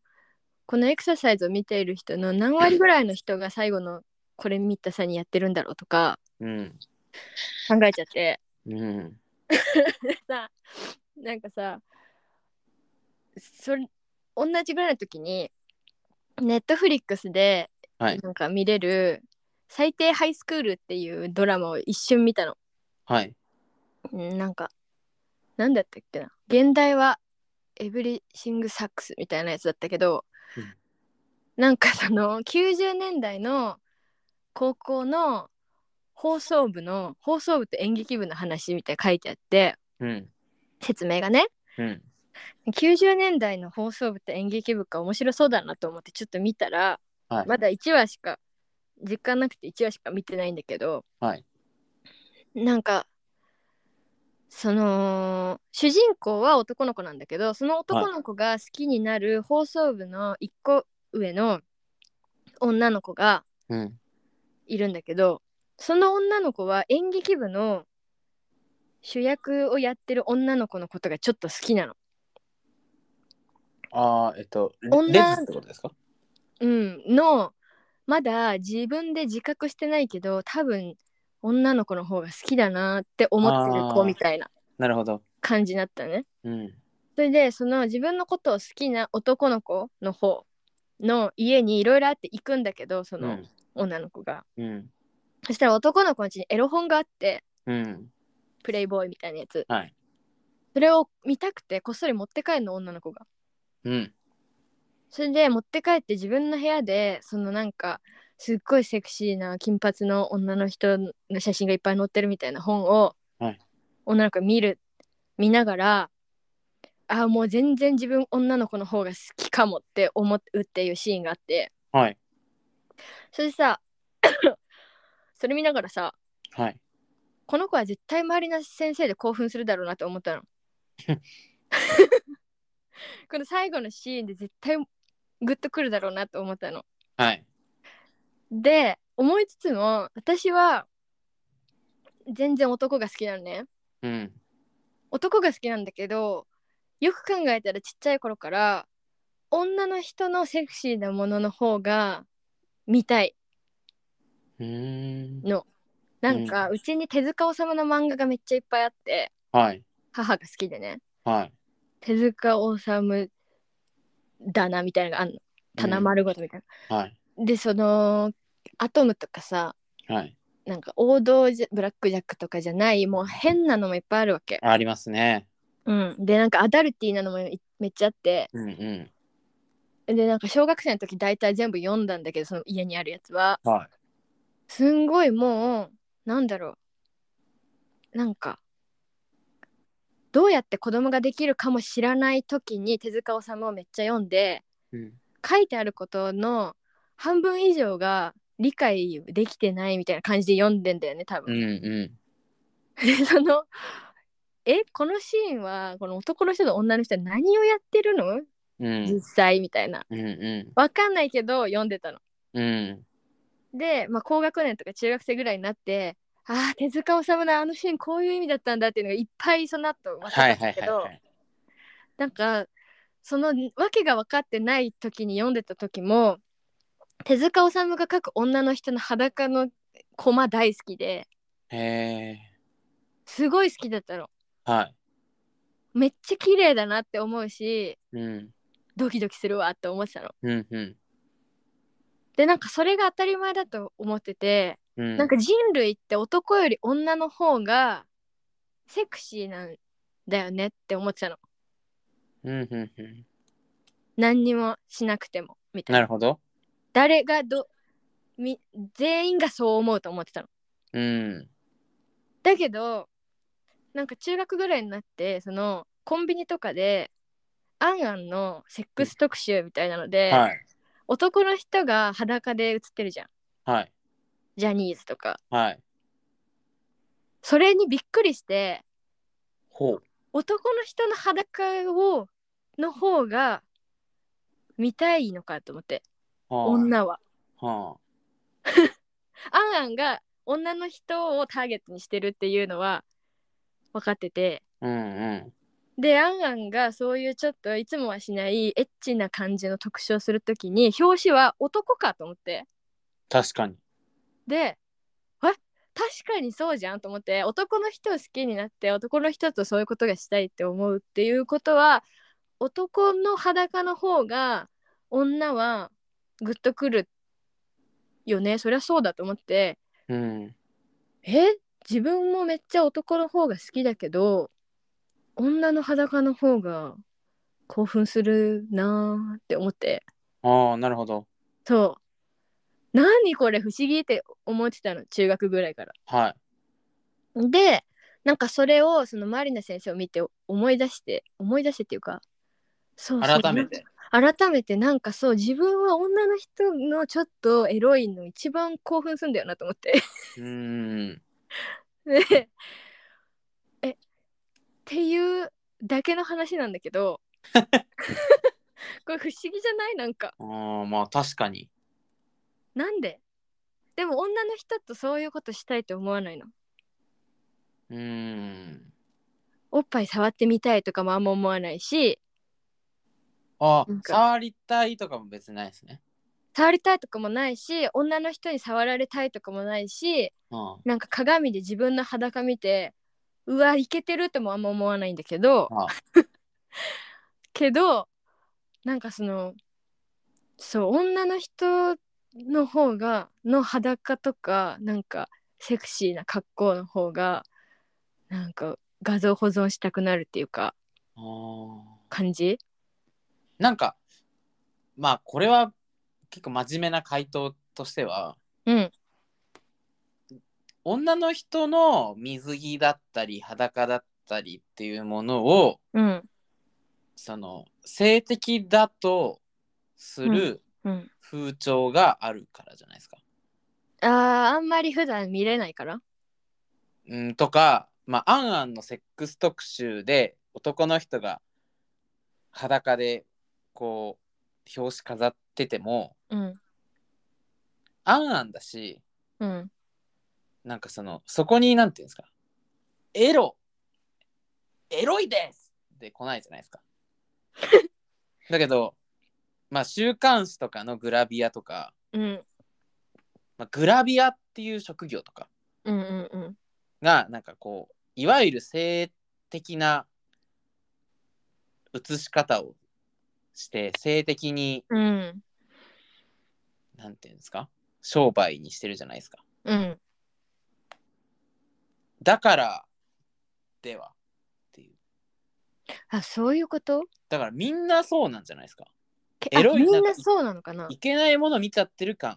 S1: このエクササイズを見ている人の何割ぐらいの人が最後のこれ見た際にやってるんだろうとか
S2: うん。
S1: 考えちゃって
S2: うん。
S1: でさなんかさそれ同じぐらいの時にネットフリックスで
S2: はい
S1: なんか見れる「最低ハイスクール」っていうドラマを一瞬見たの。
S2: はい。
S1: うんなんかなんだったっけな現代は「エブリシング・サックス」みたいなやつだったけど、
S2: うん
S1: なんかその90年代の高校の放送部の放送部と演劇部の話みたいな書いてあって
S2: うん。
S1: 説明がね
S2: うん。
S1: 90年代の放送部と演劇部が面白そうだなと思ってちょっと見たら
S2: はい。
S1: まだ1話しか実感なくて1話しか見てないんだけど、
S2: はい
S1: なんかその主人公は男の子なんだけどその男の子が好きになる放送部の1個上の女の子が
S2: うん。
S1: いるんだけどその女の子は演劇部の主役をやってる女の子のことがちょっと好きなの。
S2: ああ、えっと、レ
S1: 女
S2: レズってことですか
S1: うん、のまだ自分で自覚してないけど多分女の子の方が好きだなって思ってる
S2: あ
S1: 子
S2: ー
S1: みたいな
S2: なるほど。
S1: 感じになったね。
S2: うん。
S1: それでその自分のことを好きな男の子の方の家にいろいろあって行くんだけどそうの
S2: ん。
S1: 女の子が、
S2: うん。
S1: そしたら男の子の家にエロ本があって
S2: うん。
S1: プレイボーイみたいなやつ
S2: はい。
S1: それを見たくてこっそり持って帰るの女の子が。
S2: うん。
S1: それで持って帰って自分の部屋でそのなんかすっごいセクシーな金髪の女の人の写真がいっぱい載ってるみたいな本を
S2: はい
S1: 女の子が見る見ながらああもう全然自分女の子の方が好きかもって思うっていうシーンがあって
S2: はい。
S1: それでさ それ見ながらさ
S2: はい。
S1: この子は絶対周りの先生で興奮するだろうなと思 ったの。 この最後のシーンで絶対グッとくるだろうなと思ったの。
S2: はい。
S1: で思いつつも私は全然男が好きなのね
S2: うん。
S1: 男が好きなんだけどよく考えたらちっちゃい頃から女の人のセクシーなものの方が見たいう
S2: ーん。
S1: なんか
S2: うん
S1: うちに手塚治虫の漫画がめっちゃいっぱいあって
S2: はい。
S1: 母が好きでね
S2: はい。
S1: 手塚治虫だなみたいなのがあんの棚丸ごとみたい
S2: うん。はい。
S1: な、でそのアトムとかさ
S2: はい。
S1: なんか王道じゃブラックジャックとかじゃないもう変なのもいっぱいあるわけ、
S2: ありますね。
S1: うん、でなんかアダルティーなのもいめっちゃあって
S2: うんう
S1: でなんか小学生の時大体全部読んだんだけどその家にあるやつは
S2: ん。は
S1: すんごいもうなんだろうなんかどうやって子供ができるかも知らない時に手塚治虫をめっちゃ読んで
S2: うん
S1: 書いてあることの半分以上が理解できてないみたいな感じで読んでんだよね多
S2: う
S1: 分。
S2: んう
S1: でそのえこのシーンはこの男の人と女の人は何をやってるの
S2: んうん
S1: 実際みたいな
S2: うんう
S1: わかんないけど読んでたの。
S2: んうん
S1: で、まあ、高学年とか中学生ぐらいになってあー手塚治虫のあのシーンこういう意味だったんだっていうのがいっぱいその後分
S2: は
S1: か
S2: い
S1: っ
S2: はい
S1: たけ
S2: はい
S1: ど
S2: はい
S1: なんかその訳が分かってない時に読んでた時も手塚治虫が描く女の人の裸のコマ大好きで
S2: へえ
S1: すごい好きだったの。
S2: はい
S1: めっちゃ綺麗だなって思うし
S2: うん
S1: ドキドキするわって思ってたの。
S2: うんうん
S1: でなんかそれが当たり前だと思ってて、
S2: うん
S1: なんか人類って男より女の方がセクシーなんだよねって思ってたの
S2: うんうんうん
S1: 何にもしなくてもみたいな
S2: なるほど
S1: 誰がどみ全員がそう思うと思ってたの
S2: うん
S1: だけどなんか中学ぐらいになってそのコンビニとかでアンアンのセックス特集みたいなので、
S2: はい
S1: 男の人が裸で写ってるじゃん
S2: はい
S1: ジャニーズとか
S2: はい
S1: それにびっくりして
S2: ほう
S1: 男の人の裸をの方が見たいのかと思って
S2: はあ
S1: 女は
S2: は
S1: アンアンが女の人をターゲットにしてるっていうのは分かってて
S2: あうんうん
S1: でアンアンがそういうちょっといつもはしないエッチな感じの特集をするときに表紙は男かと思って
S2: 確かに
S1: でえ確かにそうじゃんと思って男の人を好きになって男の人とそういうことがしたいって思うっていうことは男の裸の方が女はグッとくるよねそりゃそうだと思って
S2: うん
S1: え自分もめっちゃ男の方が好きだけど女の裸の方が興奮するなーって思って
S2: ああなるほど
S1: そう何これ不思議って思ってたの中学ぐらいから。
S2: はい
S1: でなんかそれをそのマリナ先生を見て思い出して思い出してっていうかそうそう
S2: 改めて
S1: なん改めてなんかそう自分は女の人のちょっとエロいの一番興奮するんだよなと思って
S2: うん
S1: でえっていうだけの話なんだけ どこれ不思議じゃないなんか
S2: あーまあ確かに
S1: なんででも女の人とそういうことしたいと思わないの
S2: うん
S1: おっぱい触ってみたいとかもあんま思わないし
S2: あ
S1: なんか
S2: 触りたいとかも別にないですね
S1: 触りたいとかもないし女の人に触られたいとかもないし
S2: うん
S1: なんか鏡で自分の裸見てうわイケてるともあんま思わないんだけど
S2: あ
S1: けどなんかそのそう女の人の方がの裸とかなんかセクシーな格好の方がなんか画像保存したくなるっていうか
S2: あー
S1: 感じ
S2: なんかまあこれは結構真面目な回答としては
S1: うん
S2: 女の人の水着だったり裸だったりっていうものを
S1: うん
S2: その性的だとする
S1: うん
S2: 風潮があるからじゃないですか。
S1: あーあんまり普段見れないから
S2: うん、とか、まあ、アンアンのセックス特集で男の人が裸でこう表紙飾ってても
S1: うん
S2: アンアンだし
S1: うん
S2: なんかそのそこになんていうんですかエロエロいですって来ないじゃないですかだけどまあ週刊誌とかのグラビアとか、
S1: うん
S2: まあ、グラビアっていう職業とか
S1: うんうんうん
S2: がなんかこういわゆる性的な映し方をして性的に
S1: うん
S2: なんていうんですか商売にしてるじゃないですか
S1: うん
S2: だからではっていう
S1: あそういうこと
S2: だからみんなそうなんじゃないですか
S1: け
S2: エ
S1: あ
S2: ロい
S1: みん
S2: な
S1: なん
S2: か
S1: そうなのかない
S2: けないもの見ちゃってる感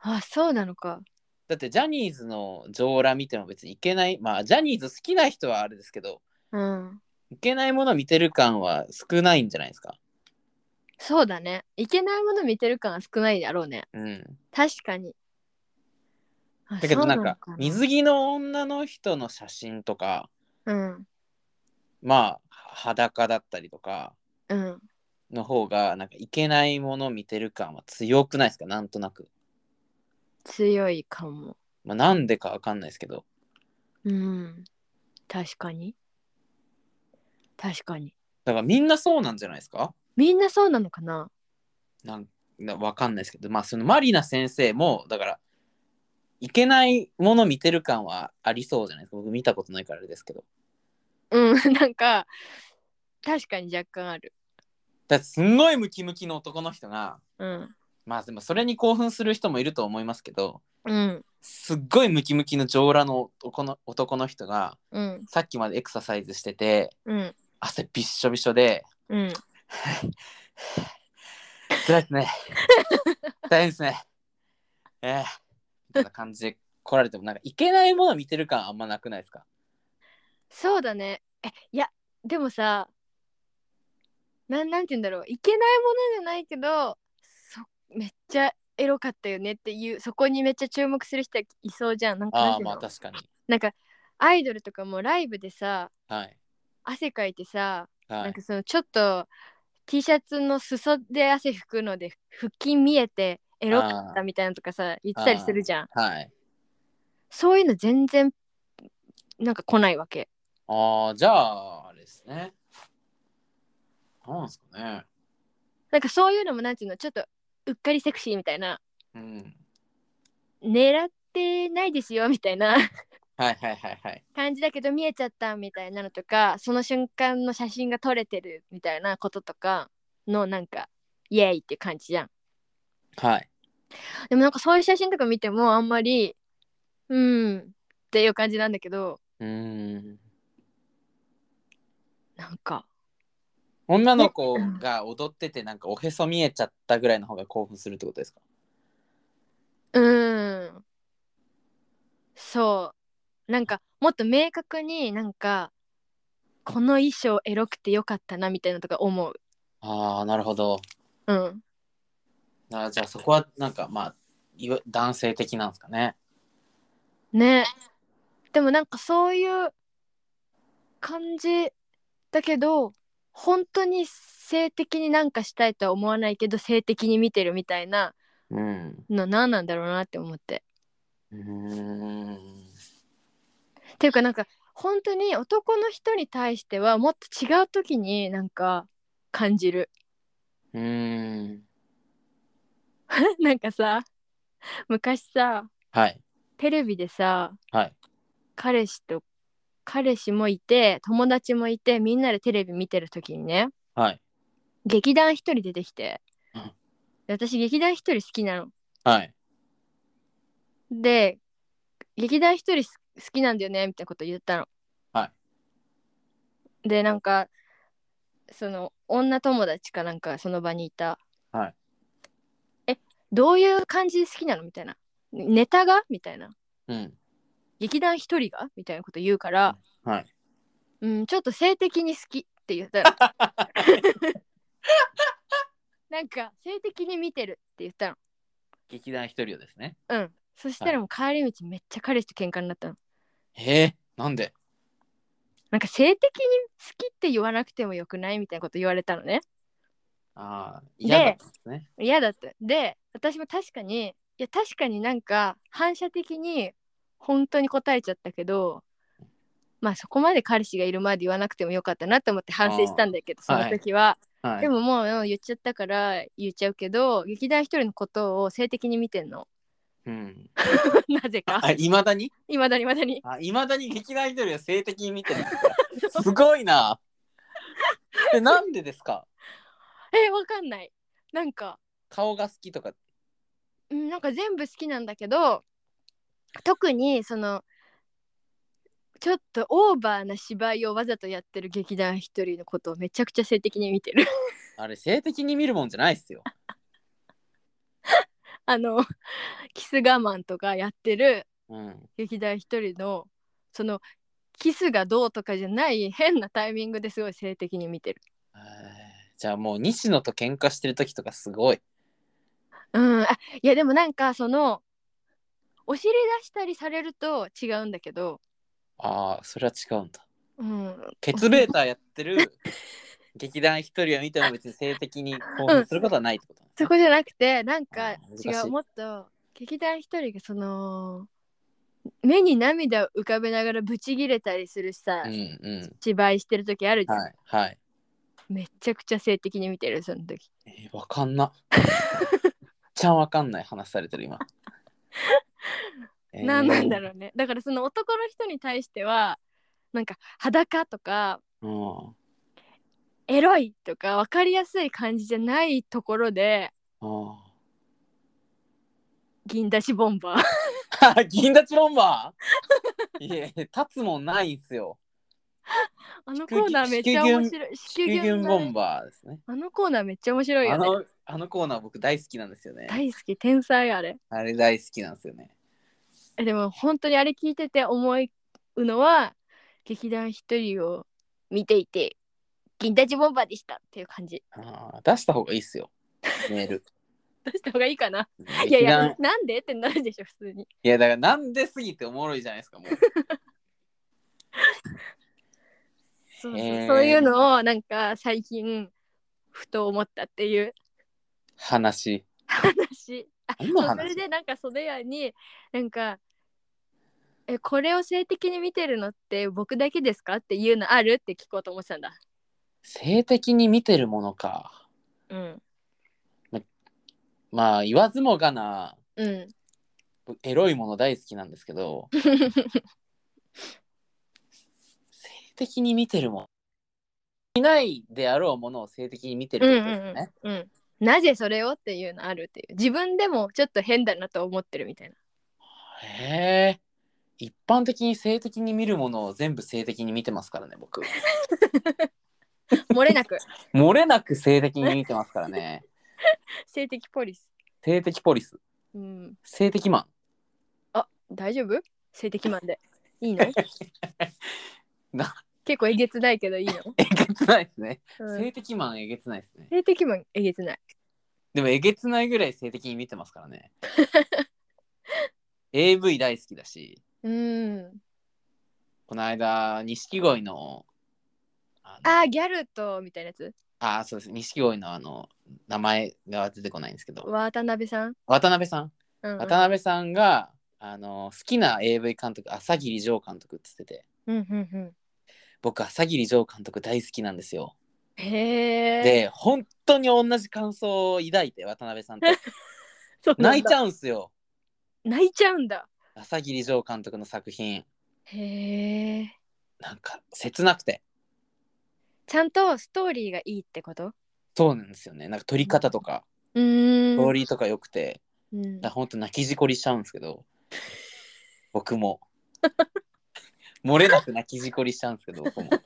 S1: あそうなのか
S2: だってジャニーズの上羅見ても別にいけないまあジャニーズ好きな人はあれですけど
S1: うん
S2: いけないもの見てる感は少ないんじゃないですか
S1: そうだねいけないもの見てる感は少ないだろうね
S2: うん
S1: 確かにあ
S2: だけどなんか
S1: そうの
S2: 水着の女の人の写真とか
S1: うん
S2: まあ裸だったりとか
S1: うん
S2: の方がなんかいけないもの見てる感は強くないですかなんとなく、
S1: 強いかも
S2: まあ、なんでかわかんないですけど
S1: うん確かに確かに
S2: だからみんなそうなんじゃないですか
S1: みんなそうなのかな
S2: なんなわかんないですけどまあそのマリナ先生もだからいけないもの見てる感はありそうじゃないですか僕見たことないからあれですけど
S1: うん なんか確かに若干ある
S2: だってすんごいムキムキの男の人が
S1: うん
S2: まあでもそれに興奮する人もいると思いますけど
S1: うん
S2: すっごいムキムキの上裸の男の男の人が
S1: うん
S2: さっきまでエクササイズしてて
S1: うん
S2: 汗びっしょびしょで
S1: うん
S2: 辛いで すね大変ですねええみたいな感じで来られてもなんかいけないもの見てる感あんまなくないですか
S1: そうだねえいやでもさなんなんて言うんだろういけないものじゃないけどそめっちゃエロかったよねっていうそこにめっちゃ注目する人いそうじゃんなんかなんて
S2: ああ
S1: いう
S2: ま
S1: の
S2: あ確かに
S1: なんかアイドルとかもライブでさ
S2: はい
S1: 汗かいてさ、
S2: は
S1: なん
S2: い
S1: かそのちょっと T シャツの裾で汗拭くので腹筋見えてエロかったみたいなのとかさ言ってたりするじゃん
S2: はい
S1: そういうの全然なんか来ないわけ
S2: ああじゃああれですねなんですかね
S1: なんかそういうのもなんていうのちょっとうっかりセクシーみたいな
S2: うん
S1: 狙ってないですよみたいな
S2: はいはいはいはい
S1: 感じだけど見えちゃったみたいなのとかその瞬間の写真が撮れてるみたいなこととかのなんかイエーイって感じじゃん
S2: はい
S1: でもなんかそういう写真とか見てもあんまりうんっていう感じなんだけど
S2: うーん
S1: なんか
S2: 女の子が踊っててなんかおへそ見えちゃったぐらいの方が興奮するってことですか
S1: うんそうなんかもっと明確になんかこの衣装エロくてよかったなみたいなのとか思う
S2: ああなるほど
S1: うん
S2: あーじゃあそこはなんかまあいわ男性的なんですかね
S1: ねでもなんかそういう感じだけど本当に性的になんかしたいとは思わないけど性的に見てるみたいな
S2: うん
S1: の何なんだろうなって思って。
S2: うーん
S1: っていうかなんか本当に男の人に対してはもっと違う時になんか感じる。
S2: うーん
S1: なんかさ昔さ
S2: はい
S1: テレビでさ、
S2: はい
S1: 彼氏と彼氏もいて友達もいてみんなでテレビ見てる時にね、
S2: はい
S1: 劇団一人出てきて、
S2: うん
S1: で私劇団一人好きなの
S2: はい
S1: で劇団一人す好きなんだよねみたいなこと言ったの
S2: は
S1: でなんかその女友達かなんかその場にいた
S2: はい
S1: えどういう感じで好きなのみたいなネタがみたいな
S2: うん
S1: 劇団一人がみたいなこと言うから
S2: はい
S1: うんちょっと性的に好きって言ったのなんか性的に見てるって言ったの
S2: 劇団一人をですね
S1: うん。そしたらもう帰り道めっちゃ彼氏と喧嘩になったの。
S2: へえなんで
S1: なんか性的に好きって言わなくてもよくないみたいなこと言われたのね。
S2: ああ嫌だったんですね
S1: 嫌だって。で、私も確かに、いや確かになんか反射的に本当に答えちゃったけど、まあそこまで彼氏がいるまで言わなくてもよかったなと思って反省したんだけど、その時は。
S2: はい
S1: でももう言っちゃったから言っちゃうけど、劇団一人のことを性的に見てんの。
S2: うん
S1: なぜか。
S2: あいまだに
S1: いまだにいまだに。
S2: あ、いまだに劇団一人は性的に 見てる。すごいな。え、なんでですか
S1: え、わかんない。なんか。
S2: 顔が好きとか。
S1: うん、なんか全部好きなんだけど特にそのちょっとオーバーな芝居をわざとやってる劇団一人のことをめちゃくちゃ性的に見てる
S2: あれ、性的に見るもんじゃないっすよ。
S1: あのキス我慢とかやってる
S2: うん。
S1: 劇団一人のそのキスがどうとかじゃない変なタイミングですごい性的に見てる。
S2: えーじゃあもう西野と喧嘩してる時とかすごい。
S1: うん、あいやでもなんかそのお尻出したりされると違うんだけど、
S2: ああ、それは違うんだ。
S1: うん、
S2: ケツベーターやっ てる劇団一人を見ても別に性的に興奮することはないってこと、
S1: そこじゃなくてなんか
S2: あー
S1: 違
S2: 難しいう
S1: もっと劇団一人がその目に涙を浮かべながらブチギレたりするさ、
S2: うんう
S1: 芝居してる時あるじ
S2: ん。
S1: ゃん、
S2: はいはい。
S1: めちゃくちゃ性的に見てるその時
S2: えーわか んな。ちゃんわかんない話されてる今。えー
S1: なんなんだろうねだからその男の人に対してはなんか裸とか
S2: うん。
S1: エロいとか分かりやすい感じじゃないところで
S2: あ
S1: 銀だしボンバー
S2: あ。銀立ちボンバーいえ、立つもんないんすよ。
S1: あのコーナーめっちゃ面白い
S2: キュギュンボン
S1: バ
S2: バーですね。
S1: ーあのコーナーめっちゃ面白い
S2: あ
S1: よね
S2: の、あのコーナー僕大好きなんですよね。
S1: 大好き天才あれ
S2: あれ大好きなんですよね。
S1: えでも本当にあれ聞いてて思うのは劇団一人を見ていて銀だしボンバーでしたっていう感じ
S2: ああ、出した方がいいっすよ。メール。
S1: 出した方がいいかないいやい
S2: い
S1: や
S2: や、
S1: なんでってなるでしょ普通に
S2: いやだからなんですぎておもろいじゃないですか、もう。
S1: そうそう
S2: へー
S1: そういうのをなんか最近ふと思ったっていう
S2: 話。
S1: 話あ
S2: 何の
S1: そうそ
S2: 話
S1: れでなんか袖屋になんか「えこれを性的に見てるのって僕だけですか?」っていうのあるって聞こうと思ってたんだ。
S2: 性的に見てるものか。
S1: うん、
S2: まあ、言わずもがな、
S1: うん、
S2: エロいもの大好きなんですけど、性的に見てるもの。いないであろうものを性的に見てるってことですね。
S1: うんなぜそれをっていうのあるっていう自分でもちょっと変だなと思ってるみた いな
S2: へえ。一般的に性的に見るものを全部性的に見てますからね、僕。
S1: 漏れなく
S2: 漏れなく性的に見てますからね。
S1: 性的ポリス、
S2: 性的ポリス。
S1: うん、
S2: 性的マ
S1: 大丈夫性的マンでいいの
S2: な
S1: 結構えげつないけどい いの、
S2: ン。えげつ ないですね。
S1: うん
S2: 性的マンえげつないですね。
S1: 性的マンえげつない
S2: でもえげつないぐらい性的に見てますか らね。AV 大好きだし、
S1: うん
S2: この間、錦鯉の、あの
S1: あーギャルとみたいなやつ
S2: あー、そうです。錦鯉のあの、名前が出てこないんですけど、
S1: 渡辺さん、
S2: 渡辺さん。
S1: うん、
S2: 渡辺さんが、あの、好きな AV 監督、朝霧城監督って言ってて、
S1: うんうん
S2: 僕、朝霧城監督大好きなんですよ。
S1: うんへえ
S2: で、本当に同じ感想を抱いて、渡 辺さんと。泣いち
S1: ゃ
S2: ゃうんすよ。
S1: う泣いちゃうんだ
S2: 朝霧城監督の作品。
S1: へえ
S2: なんか、切なくて。
S1: ちゃんとストーリーがいいってこと
S2: そうなんですよね。なんか撮り方とか、
S1: うーん
S2: ストーリーとか良くて、
S1: うん
S2: だからほんと泣きじこりしちゃうんですけど、僕も。漏れなく泣きじこりしちゃうんですけど、僕も。だか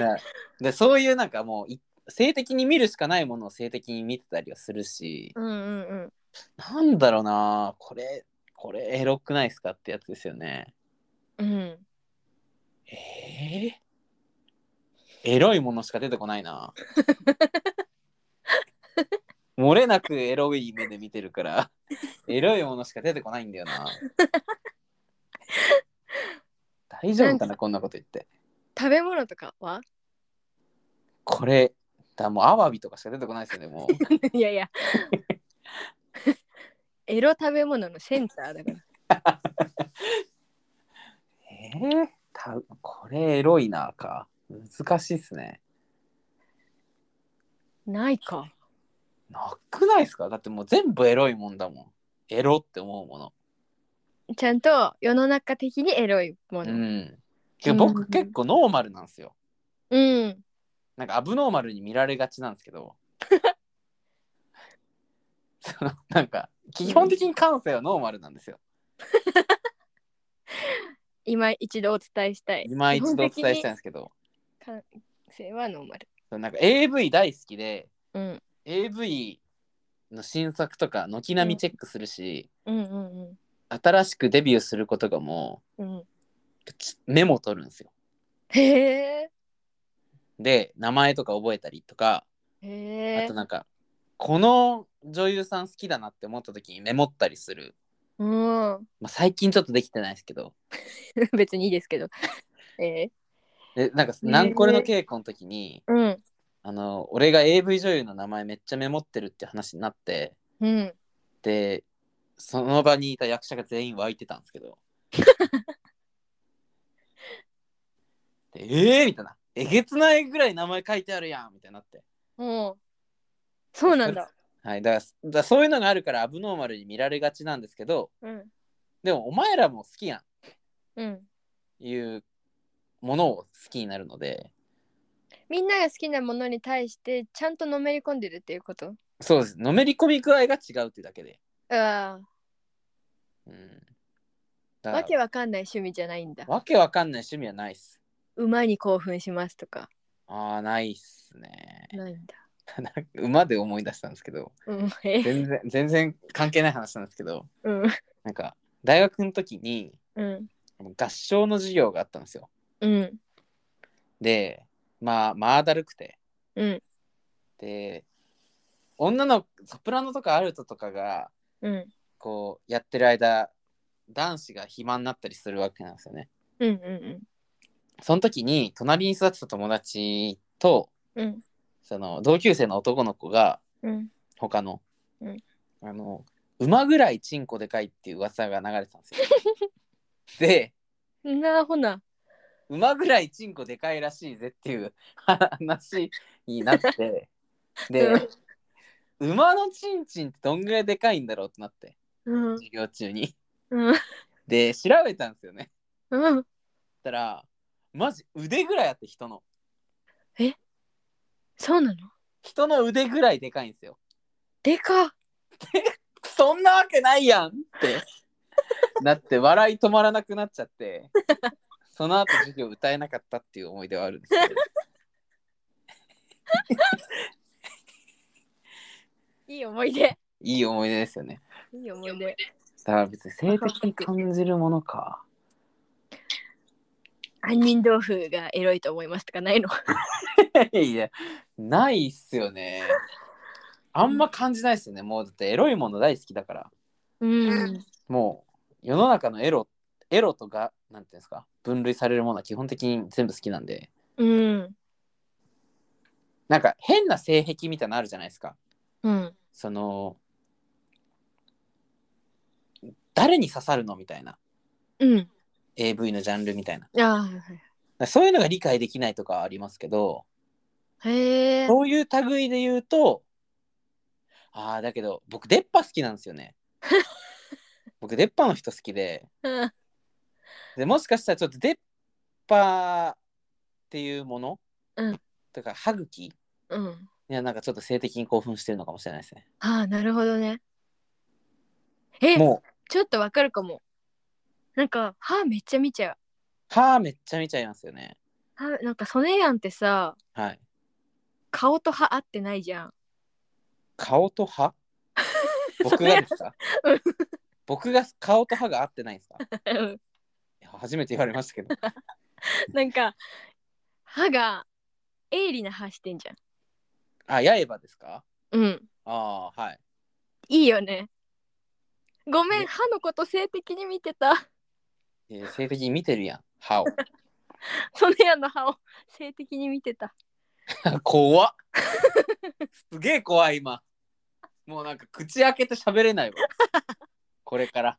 S2: らでそういうなんかもうい、性的に見るしかないものを性的に見てたりはするし、
S1: うんうんうん
S2: なんだろうなこれ、これエロくないですかってやつですよね。
S1: うん
S2: えーエロいものしか出てこない な。漏れなくエロい目で見てるから、エロいものしか出てこないんだよな。大丈夫かな、こんなこと言って。
S1: 食べ物とかは
S2: これ、だもうアワビとかしか出てこないですよね、も う。
S1: いやいや エロ食べ物のセンターだから
S2: えー、たこれエロいなか。難しいっすね。
S1: ないか
S2: なくないですかだってもう全部エロいもんだもん。エロって思うもの。
S1: ちゃんと世の中的にエロいも
S2: う
S1: の
S2: ん。けど僕、
S1: うん
S2: 結構ノーマルなんですよ。
S1: うん
S2: なんかアブノーマルに見られがちなんですけ どそのなんか基本的に感性はノーマルなんですよ。
S1: 今一度お伝えしたい
S2: 今一度お伝えしたいんですけど
S1: 感性はノーマル
S2: なんか AV 大好きで
S1: うん
S2: AV の新作とか軒並みチェックするし、
S1: うんうん
S2: 新しくデビューすることがも
S1: うんうん
S2: うちメモ取るんですよ。
S1: へえ
S2: で名前とか覚えたりとか
S1: へ
S2: あ
S1: え
S2: となんかこの女優さん好きだなって思った時にメモったりする、
S1: うん
S2: まあ、最近ちょっとできてないですけど
S1: 別にいいです けどえ
S2: でなんか何これの稽古の時に、
S1: ー、うん
S2: あの俺が AV 女優の名前めっちゃメモってるって話になって
S1: うん
S2: でその場にいた役者が全員湧いてたんです けどでえー、みたいなえげつないぐらい名前書いてあるやんみたいになって
S1: もうそうなん だ
S2: はい、だからだからそういうのがあるからアブノーマルに見られがちなんですけど
S1: うん
S2: でもお前らも好きや
S1: うん
S2: んいうものを好きになるので
S1: みんなが好きなものに対してちゃんとのめり込んでるっていうこと
S2: そうですのめり込み具合が違うっていうだけで、
S1: あ
S2: うん、
S1: あ
S2: だから
S1: わけわかんない趣味じゃないんだ
S2: わけわかんない趣味はないっす
S1: 馬に興奮しますとか
S2: ああないっすね
S1: ないんだ
S2: なんか馬で思い出したんですけど
S1: うんえ
S2: 全然 全然関係ない話なんですけど
S1: うん
S2: なんか大学の時に
S1: うん
S2: 合唱の授業があったんですよ
S1: うん
S2: でまあまあだるくて
S1: うん
S2: で女のソプラノとかアルトとかが
S1: うん
S2: こうやってる間男子が暇になったりするわけなんですよね
S1: うんうん
S2: その時に隣に座ってた友達と
S1: うん
S2: その同級生の男の子が
S1: うん
S2: 他の、
S1: うん
S2: あの馬ぐらいチンコでかいっていう噂が流れてた んですよで
S1: うんなあほな
S2: 馬ぐらいチンコでかいらしいぜっていう 話になってで、馬のチンチンってどんぐらいでかいんだろうってなって
S1: うん
S2: 授業中に
S1: うん
S2: で調べたんですよね
S1: うん
S2: たらマジ腕ぐらいあって人の
S1: そうなの
S2: 人の腕ぐらいでかいんですよ
S1: でかっ
S2: そんなわけないやんってなって笑い止まらなくなっちゃってその後授業歌えなかったっていう思い出はあるんですけど
S1: いい思い出
S2: いい思い出ですよね
S1: いい思い出
S2: だから別に性的に感じるものか
S1: 杏仁豆腐がエロいと思いますとかないの
S2: いやないっすよねあんま感じないっすよねもうだってエロいもの大好きだから
S1: うん
S2: もう世の中のエロエロとがなんていうんですか分類されるものは基本的に全部好きなんで
S1: うん
S2: なんか変な性癖みたいなのあるじゃないですか
S1: うん
S2: その誰に刺さるのみたいな
S1: うん
S2: AV のジャンルみたいなだか
S1: ああはいはい
S2: らそういうのが理解できないとかはありますけど
S1: へえ
S2: そういう類で言うとああだけど僕出っ歯好きなんです よね僕出っ歯の人好きで
S1: うん
S2: でもしかしたらちょっと出っ歯っていうもの、
S1: うん
S2: とか歯茎い
S1: うん
S2: やなんかちょっと性的に興奮してるのかもしれないですね
S1: ああなるほどねえ
S2: もう
S1: ちょっとわかるかもなんか歯めっちゃ見ちゃう
S2: 歯めっちゃ見ちゃいますよね
S1: 歯なんかソネヤンってさ
S2: はい
S1: 顔と歯合ってないじゃん
S2: 顔と歯僕がですか
S1: それうん
S2: 僕が顔と歯が合ってないんですかい
S1: うん
S2: や初めて言われまし たけど
S1: なんか歯が鋭利な歯してんじゃん。
S2: あ刃ですか
S1: うん。
S2: ああはい
S1: いいよね。ごめん、
S2: ね
S1: 歯のこと性的に見てた。
S2: えー性的に見てるやん歯を
S1: ソネヤの歯を性的に見てた。
S2: 怖っすげえ怖い今もうなんか口開けて喋れないわこれから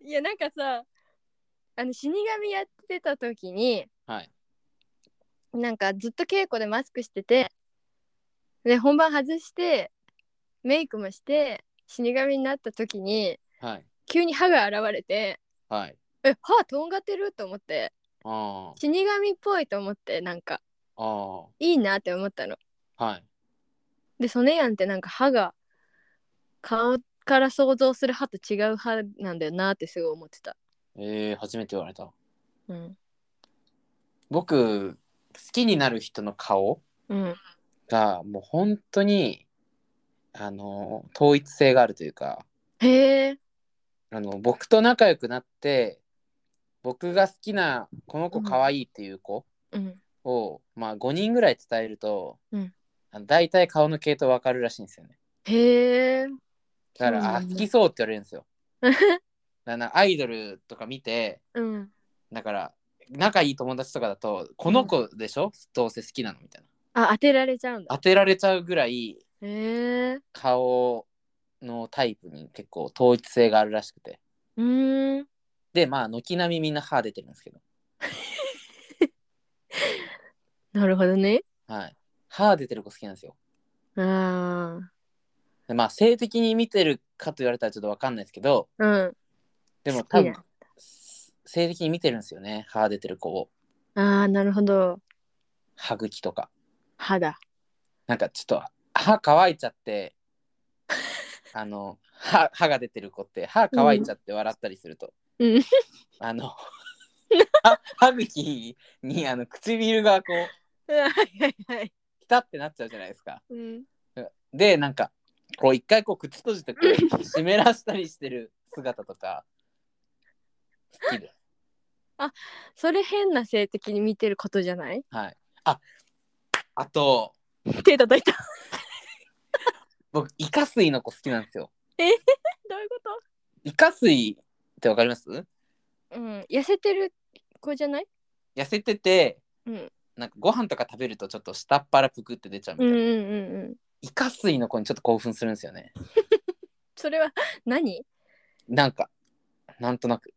S1: いや、なんかさ、あの死神やってた時に、
S2: はい
S1: なんかずっと稽古でマスクしてて、で、本番外して、メイクもして、死神になった時に、
S2: はい
S1: 急に歯が現れて、
S2: はい
S1: え、歯とんがってると思って、
S2: あー
S1: 死神っぽいと思って、なんか。
S2: あ
S1: いいなって思ったの。
S2: ーはい
S1: でソネヤンってなんか歯が顔から想像する歯と違う歯なんだよなってすごい思ってた。
S2: えー、初めて言われた
S1: うん。
S2: 僕好きになる人の顔
S1: うん。
S2: がもう本当にあの統一性があるというか
S1: へえ
S2: あの僕と仲良くなって僕が好きなこの子可愛いっていう子
S1: うん
S2: を、まあ5人ぐらい伝えると、
S1: うん
S2: あの大体顔の系統わかるらしいんですよね
S1: へえ
S2: だから、
S1: そうな
S2: あ
S1: んだ
S2: 好きそうって言われるんで すよだからアイドルとか見て
S1: うん
S2: だから仲いい友達とかだとこの子でしょ、どうせ好きなのみたいな
S1: あ当てられちゃうんだ
S2: 当てられちゃうぐらい
S1: へえ
S2: 顔のタイプに結構統一性があるらしくて
S1: うーん
S2: でまあ軒並みみんな歯出てるんですけど
S1: なるほどね
S2: はい歯出てる子好きなんですよ
S1: ああ
S2: でまあ性的に見てるかと言われたらちょっとわかんないですけど
S1: うん
S2: で
S1: 好
S2: も
S1: きな
S2: 多
S1: んだ
S2: 分性的に見てるんですよね歯出てる子を
S1: ああなるほど
S2: 歯茎とか
S1: 肌
S2: なんかちょっと歯乾いちゃって あの歯歯が出てる子って歯乾いちゃって笑ったりすると、
S1: うん
S2: あの 歯歯茎にあの唇がこう
S1: はいはいはい
S2: ピタってなっちゃうじゃないですか
S1: うん
S2: でなんかこう一回こう口閉じてこう湿らしたりしてる姿とか好きで
S1: それ変な性的に見てることじゃない
S2: はいああと
S1: 手叩いた
S2: 僕イカ水の子好きなんですよ
S1: どういうこ
S2: イカ水ってわかります
S1: とうん痩せてる子じゃない
S2: 痩せてて、
S1: うん
S2: なんかご飯とか食べるとちょっと下っ腹ぷくって出ちゃうみ
S1: う
S2: た
S1: ん
S2: い
S1: うん
S2: な、
S1: うんうん
S2: イカ水の子にちょっと興奮するんですよね
S1: それは何
S2: なんかなんとなく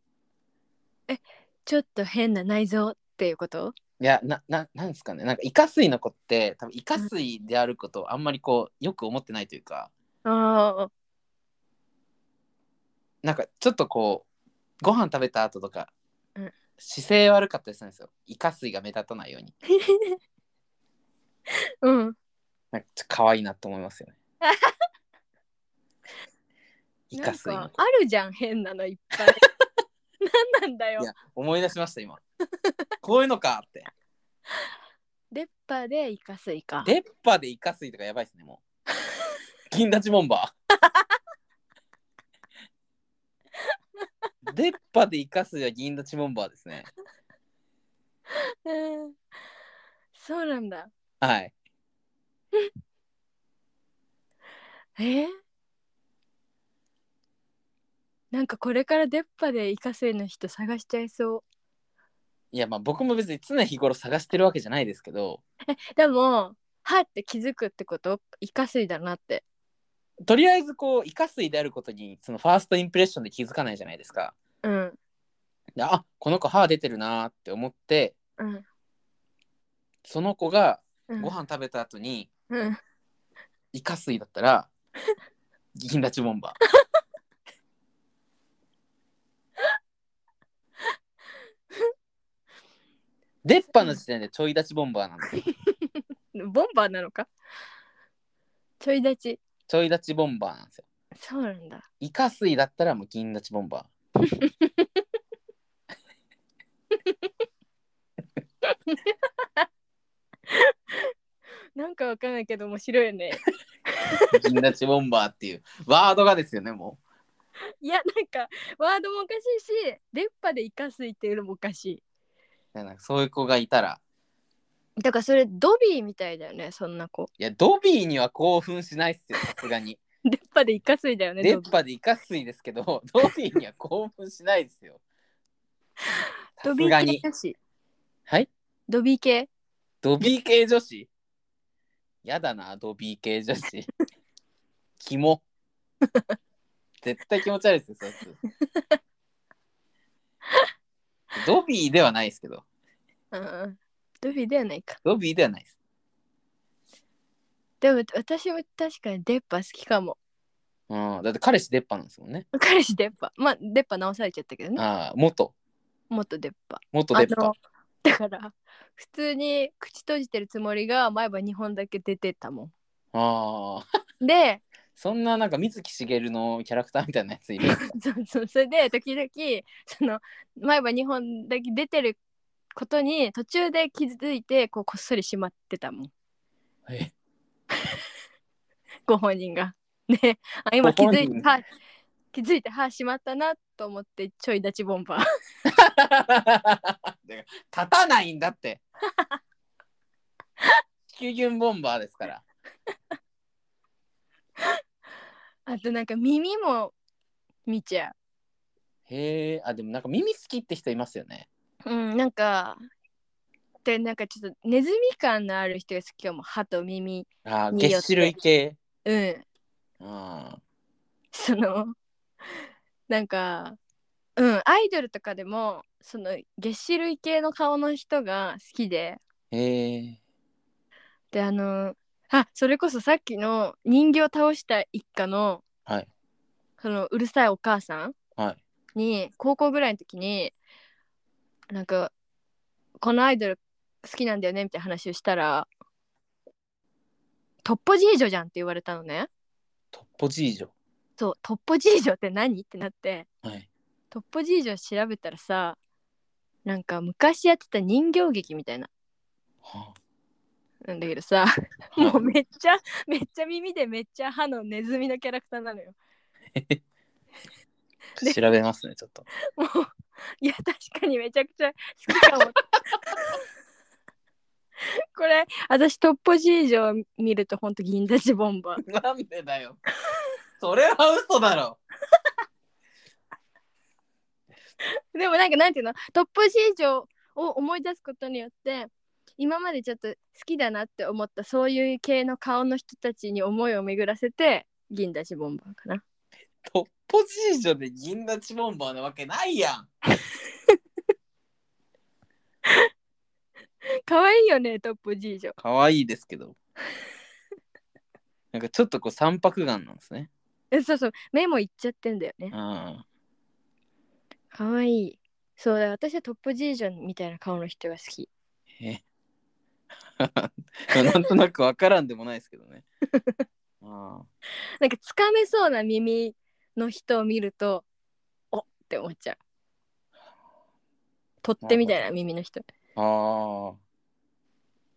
S1: ちょっと変な内臓っていうこと
S2: いやなななんですかねなんかイカ水の子って多分イカ水であることをあんまりこうよく思ってないというか
S1: ああ
S2: なんかちょっとこうご飯食べた後とか、
S1: うん
S2: 姿勢悪かったりするんですよイカ水が目立たないように
S1: うん
S2: なんかちょっと可愛いなと思いますよ ねイ
S1: な
S2: カ
S1: ん
S2: 水の
S1: か
S2: 子
S1: あるじゃん変なのいっぱい 何なんだよ
S2: いや思い出しました今こういうのかって
S1: 出っ歯でイカスイカ
S2: 出っ歯でイカ水とかやばいですねもう銀立ちボン バー出っ歯でイカ水は銀立ちボンバーですね
S1: うんそうなんだ
S2: はい
S1: えーなんかこれから出っ歯でイカスイの人探しちゃいそう
S2: いやまあ僕も別に常日頃探してるわけじゃないですけど
S1: でも歯って気づくってことイカスイだなって
S2: とりあえずこうイカ水であることにそのファーストインプレッションで気づかないじゃないですか
S1: うん
S2: であこの子歯出てるなーって思って
S1: うん
S2: その子が
S1: うん
S2: ご飯食べた後に
S1: うん
S2: イカ水だったら銀立ちボ ンバー出っ歯の時点でちょい立ちボンバーなんですよ
S1: ボンバーなのかちょい立ち
S2: ちょい立ちボンバーなんですよ
S1: そうなんだ
S2: イカ水だったらもう銀立ちボンバ
S1: なんかわかんないけど面白いよね
S2: ー 銀立ちボンバーっていうワードがですよねも
S1: いやなんかワードもおかしいし出っ歯でイカスイっていうのもおかし
S2: ういやなんかそういう子がいたら
S1: いだからそれドビーみたいだよねそんな 子
S2: いやドビーには興奮しないっすよさす がに
S1: 出っ歯でイカスイだよね
S2: 出
S1: ド
S2: っ
S1: ビー
S2: 歯でイカ水ですけど ドビーには興奮しないですよさ
S1: ド
S2: す
S1: ビ
S2: が
S1: ー系
S2: に
S1: 女子
S2: はい
S1: ドビー系
S2: ドビー系女子やだな、ドビー系女子。 キモ。絶対気持ち悪いですよ、そいつ。ドビーではないですけど、
S1: うんドビーではないか
S2: ドビーではないです。
S1: でも私も確かに出っ歯好きかも
S2: うん、だって彼氏出っ歯なんですもんね。
S1: 彼氏出っ歯まあ出っ歯直されちゃったけどね
S2: ああ、元、
S1: もっと出っ歯
S2: 元出っ
S1: あ
S2: 歯
S1: の。だから普通に口閉じてるつもりが前歯2本だけ出てたも
S2: ああ、
S1: んで
S2: そんななんか水木しげるのキャラクターみたいなやついる。
S1: そうそうそれで時々その前歯2本だけ出てることに途中で気づいてこうこっそりしまってたもん
S2: え
S1: ご本人が ねあ今気づい
S2: ご本
S1: て
S2: 人
S1: はい気づいてはあしまったなと思ってちょい立ちボンバー
S2: だから立たないんだって。キュギュンボンバーですから。
S1: あとなんか耳も見ちゃ
S2: へえ、あ、でもなんか耳好きって人いますよね。
S1: ううんなんかでなんかちょっとネズミ感のある人が好きかも歯と耳
S2: あー、
S1: によって
S2: 月種類系。
S1: うん
S2: うん。
S1: そのなんかうんアイドルとかでもその月種類系の顔の人が好きで
S2: へえ。
S1: であのあそれこそさっきの人形倒した一家の,、
S2: はい
S1: そのうるさいお母さん
S2: はい
S1: に高校ぐらいの時になんかこのアイドル好きなんだよねみたいな話をしたら「トッポジージョじゃん」って言われたのね。
S2: トッポジージョ。
S1: そうトッポジージョって何ってなって
S2: はい。
S1: トッポジージョ調べたらさなんか昔やってた人形劇みたいな
S2: は
S1: なんだけどさ
S2: あ
S1: もうめっちゃめっちゃ耳でめっちゃ歯のネズミのキャラクターなのよで
S2: 調べますね、ちょっと。
S1: もういや確かにめちゃくちゃ好きかもこれ私トッポジージョ見るとほんと銀立ちボンバー
S2: なんでだよ。それは嘘だろ。
S1: でもなんかなんていうのトッポジージョを思い出すことによって今までちょっと好きだなって思ったそういう系の顔の人たちに思いを巡らせて銀だしボンバーかな。
S2: トッポジージョで銀立ちボンバーなわけないやん。
S1: 可愛いよねトッポジージョ。
S2: 可愛いですけど。なんかちょっとこう三白眼なんですね。
S1: えそうそう目もいっちゃってんだよね
S2: う。ん。
S1: 可愛いそうだ私はトッポジージョみたいな顔の人が好き。
S2: え なんとなくわからんでもないですけどね。あ
S1: なんかつかめそうな耳の人を見るとおって思っちゃう。取っ手みたいな耳の人。
S2: あー。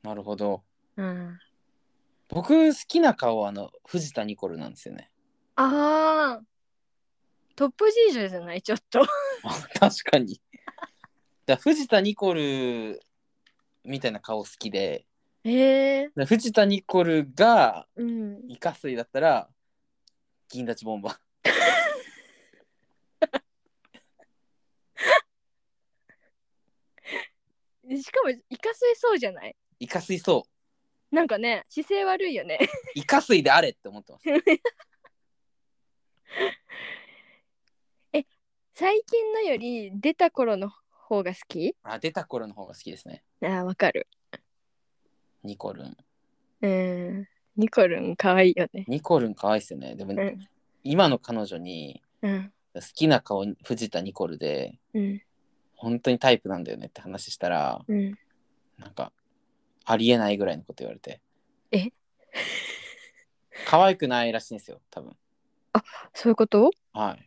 S2: なるほど。
S1: うん、
S2: 僕好きな顔はあの藤田ニコルなんですよね。
S1: あートップ G 女じゃないちょっと
S2: あ確かに。だ藤田ニコルみたいな顔好きで、
S1: へ え
S2: だ藤田ニコルが
S1: うん
S2: イカ水だったら銀立ちボンバー。
S1: しかもイカ吸いそうじゃない
S2: イカ水そう。
S1: なんかね姿勢悪いよね
S2: イカ水であれって思ってます。
S1: 最近のより出た頃の方が好き
S2: あ、出た頃の方が好きですね。
S1: あーわかる
S2: ニコルン。
S1: うんニコルンかわいいよね
S2: ニコルン可愛いですよね。でも、
S1: うん
S2: 今の彼女に
S1: うん
S2: 好きな顔藤田ニコルで
S1: うん
S2: 本当にタイプなんだよねって話したら、
S1: うん
S2: なんかありえないぐらいのこと言われて。
S1: え
S2: 可愛くないらしいんですよ、多分。
S1: そういうこと
S2: は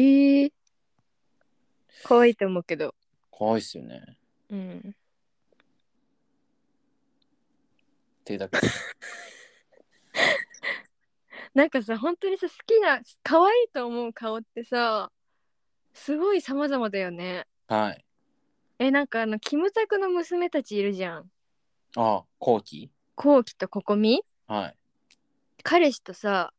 S1: えー、かわいいと思うけど
S2: 可愛いっすよね。っ
S1: うん
S2: ていうだけ。
S1: なんかさ本当にさ好きな可愛いと思う顔ってさすごい様々だよね
S2: はい。
S1: えなんかあのキムタクの娘たちいるじゃん
S2: ああ、後期
S1: コウキとココミ
S2: はい。
S1: 彼氏とさ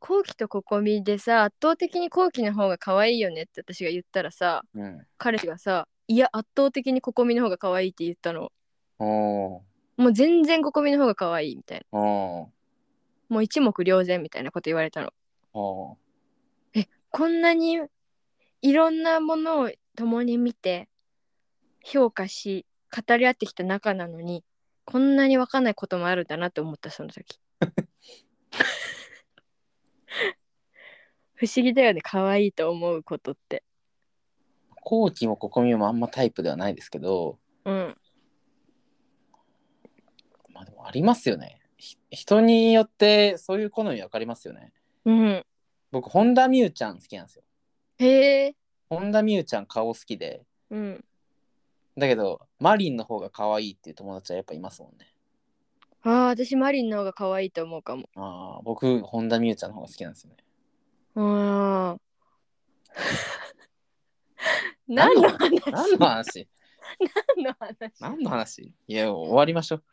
S1: コウキとココミでさ圧倒的にコウキの方が可愛いよねって私が言ったらさ
S2: うん。
S1: 彼氏がさいや圧倒的にココミの方が可愛いって言ったの
S2: おー
S1: もう全然ココミの方が可愛いみたいな
S2: おー
S1: もう一目瞭然みたいなこと言われたの
S2: おー
S1: こんなにいろんなものを共に見て評価し語り合ってきた仲なのにこんなに分かんないこともあるんだなと思ったその 時不思議だよね可愛いと思うことって
S2: 後期もここみもあんまタイプではないですけど、
S1: うん
S2: まあでもありますよね。ひ人によってそういう好み分かりますよね。
S1: うん
S2: 僕、本田美優ちゃん好きなんですよ。
S1: へえ
S2: 本田美優ちゃん顔好きで、
S1: うん
S2: だけど、マリンの方が可愛いっていう友達はやっぱいますもんね。
S1: ああ、私マリンの方が可愛いと思うかも。
S2: ああ、僕、本田望結ちゃんの方が好きなんですよね。
S1: ああ。 何の話
S2: 何の話
S1: 何の話
S2: 何の話いや、終わりましょう。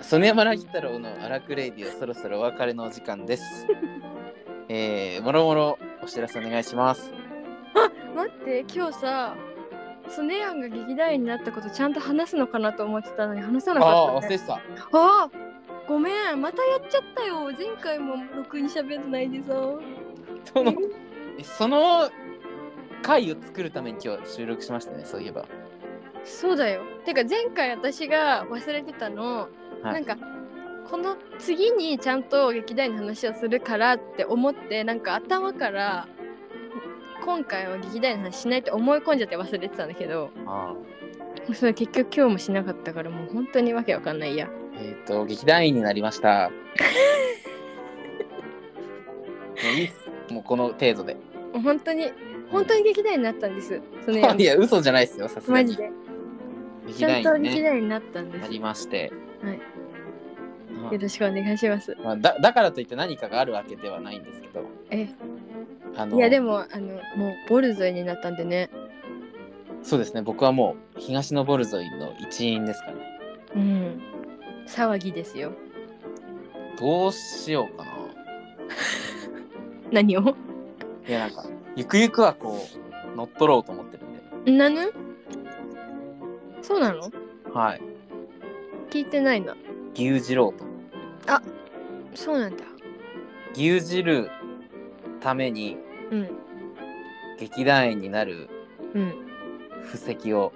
S2: 曽根山ラギ太郎のアラクレイディオそろそろお別れのお時間です。えー、もろもろお知らせお願いします。
S1: 待って今日さソネアンが劇団員になったことちゃんと話すのかなと思ってたのに話さな
S2: あ
S1: か
S2: あ
S1: っ
S2: ー、
S1: たね
S2: 忘れてた。
S1: ああごめんまたやっちゃったよ前回もろくに喋んないでさ
S2: その、えその回を作るために今日収録しましたね、そういえば。
S1: そうだよてか前回私が忘れてたの、
S2: はい
S1: なんかこの次にちゃんと劇団員の話をするからって思ってなんか頭から今回は劇団員の話しないって思い込んじゃって忘れてたんだけど
S2: あ
S1: それ結局今日もしなかったからもう本当にわけわかんないや
S2: えっ、と、劇団員になりま した。もういいっす。もうこの程度で。
S1: もう本当に本当に劇団員になったんです。その
S2: いや、嘘じゃないですよ、さすが
S1: マジ
S2: に。
S1: で。
S2: 劇
S1: ちゃ
S2: 団
S1: んと
S2: 員
S1: 劇
S2: に、ね、
S1: 団員になったんで
S2: な
S1: す。
S2: りまして。
S1: はい
S2: まあ
S1: よろしくお願いします。
S2: まあ、だだからといって何かがあるわけではないんですけど。
S1: え、
S2: あの
S1: いやでもあのもうボルゾイになったんでね。
S2: そうですね僕はもう東のボルゾイの一員ですからね
S1: うん。騒ぎですよ。
S2: どうしようかな
S1: 何を？
S2: いやなんかゆくゆくはこう乗っ取ろうと思ってるんで
S1: なぬ？そうなの？
S2: はい
S1: 聞いてないな。
S2: 牛耳ろうと
S1: そうなんだ。
S2: 牛耳るために
S1: うん
S2: 劇団員になる
S1: うん。
S2: 布石を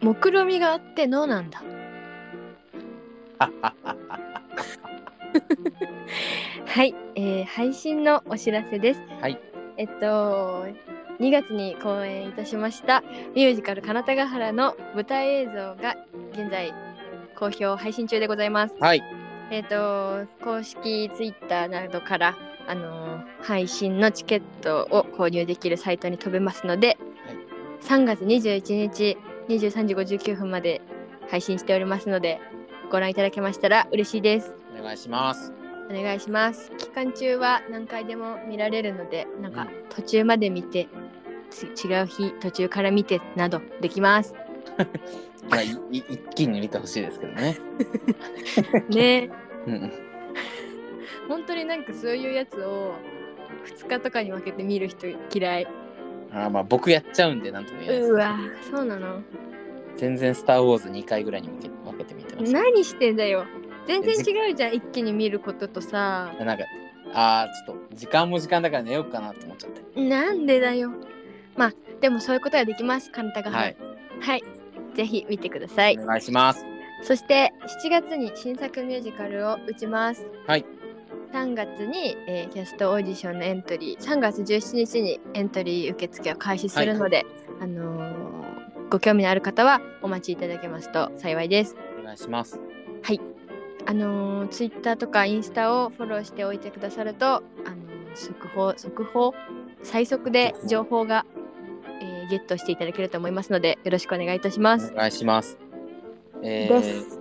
S1: 目論みがあってのなんだ。はい、えー配信のお知らせです。
S2: はい。
S1: えっと2月に公演いたしましたミュージカル金田ヶ原の舞台映像が現在好評配信中でございます。
S2: はい
S1: えっと公式ツイッターなどからあのー配信のチケットを購入できるサイトに飛べますので、
S2: はい
S1: 3月21日23時59分まで配信しておりますのでご覧いただけましたら嬉しいです。
S2: お願いします
S1: お願いします期間中は何回でも見られるのでなん
S2: う
S1: か
S2: ん
S1: 途中まで見て、つ違う日途中から見てなどでき ます
S2: まあい い一気に見てほしいですけどね
S1: ね
S2: うんうん
S1: 本当になんかそういうやつを2日とかに分けて見る人嫌い
S2: あーまあ僕やっちゃうんでなんとも言えないです
S1: うわそうなの
S2: 全然「スター・ウォーズ」2回ぐらいに分け分けて見てました
S1: 何してんだよ全然違うじゃん一気に見ることとさ
S2: なんかあーちょっと時間も時間だから寝ようかなと思っちゃって
S1: なんでだよまあでもそういうことはできます簡単が
S2: はい
S1: はいぜひ見てください
S2: お願いします
S1: そして7月に新作ミュージカルを打ちます。
S2: はい。
S1: 3月に、えーキャストオーディションのエントリー、3月17日にエントリー受付を開始するので、あのーご興味のある方はお待ちいただけますと幸いです。
S2: お願いします
S1: あのツイッター Twitter とかインスタをフォローしておいてくださると、あのー速報速報最速で情報が、えーゲットしていただけると思いますので、よろしくお願いいたします
S2: お。願いします。えー
S1: です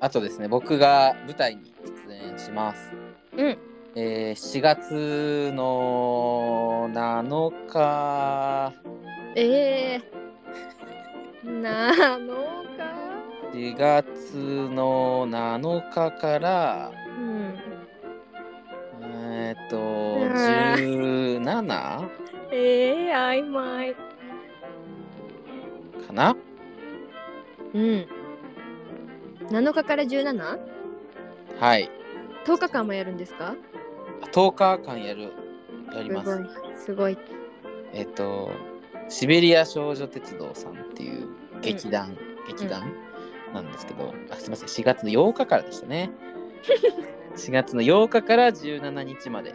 S2: あとですね、僕が舞台に出演します。
S1: うん
S2: えー4月の7日、
S1: えー、なのか。
S2: 4月の7日から、
S1: うん。
S2: えーっと、
S1: ん
S2: 17? か
S1: ええ曖昧。
S2: な
S1: うん。7日から 17?10
S2: はい。
S1: 日間もやるんですか
S2: 10日間やる、やりますす。
S1: ごい。すごい。
S2: えーっと、シベリア少女鉄道さんっていう劇団、劇団なんですけど、あすみません、4月の8日からでした ね。4月の8日から17日まで、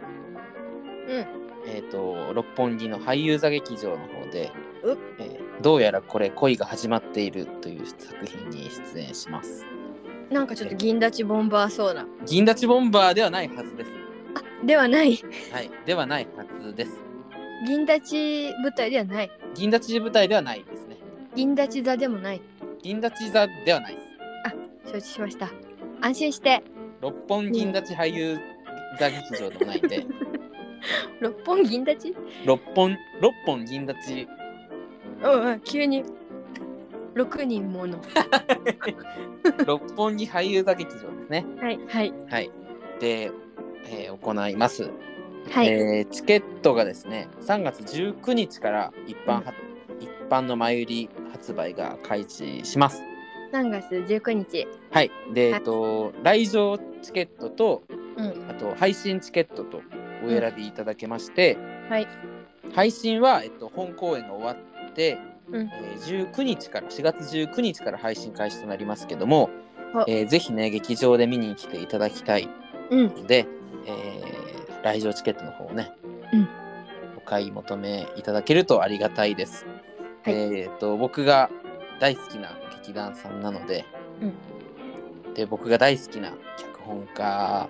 S1: うん。
S2: えっ、と、六本木の俳優座劇場の方で、
S1: うっ
S2: えーどうやらこれ恋が始まっているという作品に出演します。
S1: なんかちょっと銀立ちボンバーそうな
S2: 銀立ちボンバーではないはずです。
S1: あではない
S2: はい、ではないはずです。
S1: 銀立ち舞台ではない
S2: 銀立ち舞台ではないですね。
S1: 銀立ち座でもない
S2: 銀立ち座ではないです。
S1: 承知しました安心して
S2: 六本銀立ち俳優座劇場でもないんで、
S1: 六本銀立ち
S2: 六本六本銀立ち
S1: うんうん急に6人もの
S2: 六本木俳優座劇場ですね。
S1: はいはい
S2: はい。で、えー行います、
S1: はい、
S2: えーチケットがですね、3月19日から一般は、一般の前売り発売が開始します。
S1: 3月19日
S2: はい。で、
S1: はい
S2: えっと来場チケットと
S1: うん
S2: あと配信チケットとお選びいただけまして、
S1: はい
S2: 配信は、えっと、本公演が終わって、
S1: うん
S2: えー19日から4月19日から配信開始となりますけども
S1: は、
S2: えーぜひね劇場で見に来ていただきたい
S1: うん
S2: ので、えー来場チケットの方をね、
S1: うん
S2: お買い求めいただけるとありがたいです。
S1: はい
S2: えーっと僕が大好きな劇団さんなので、で僕が大好きな脚本家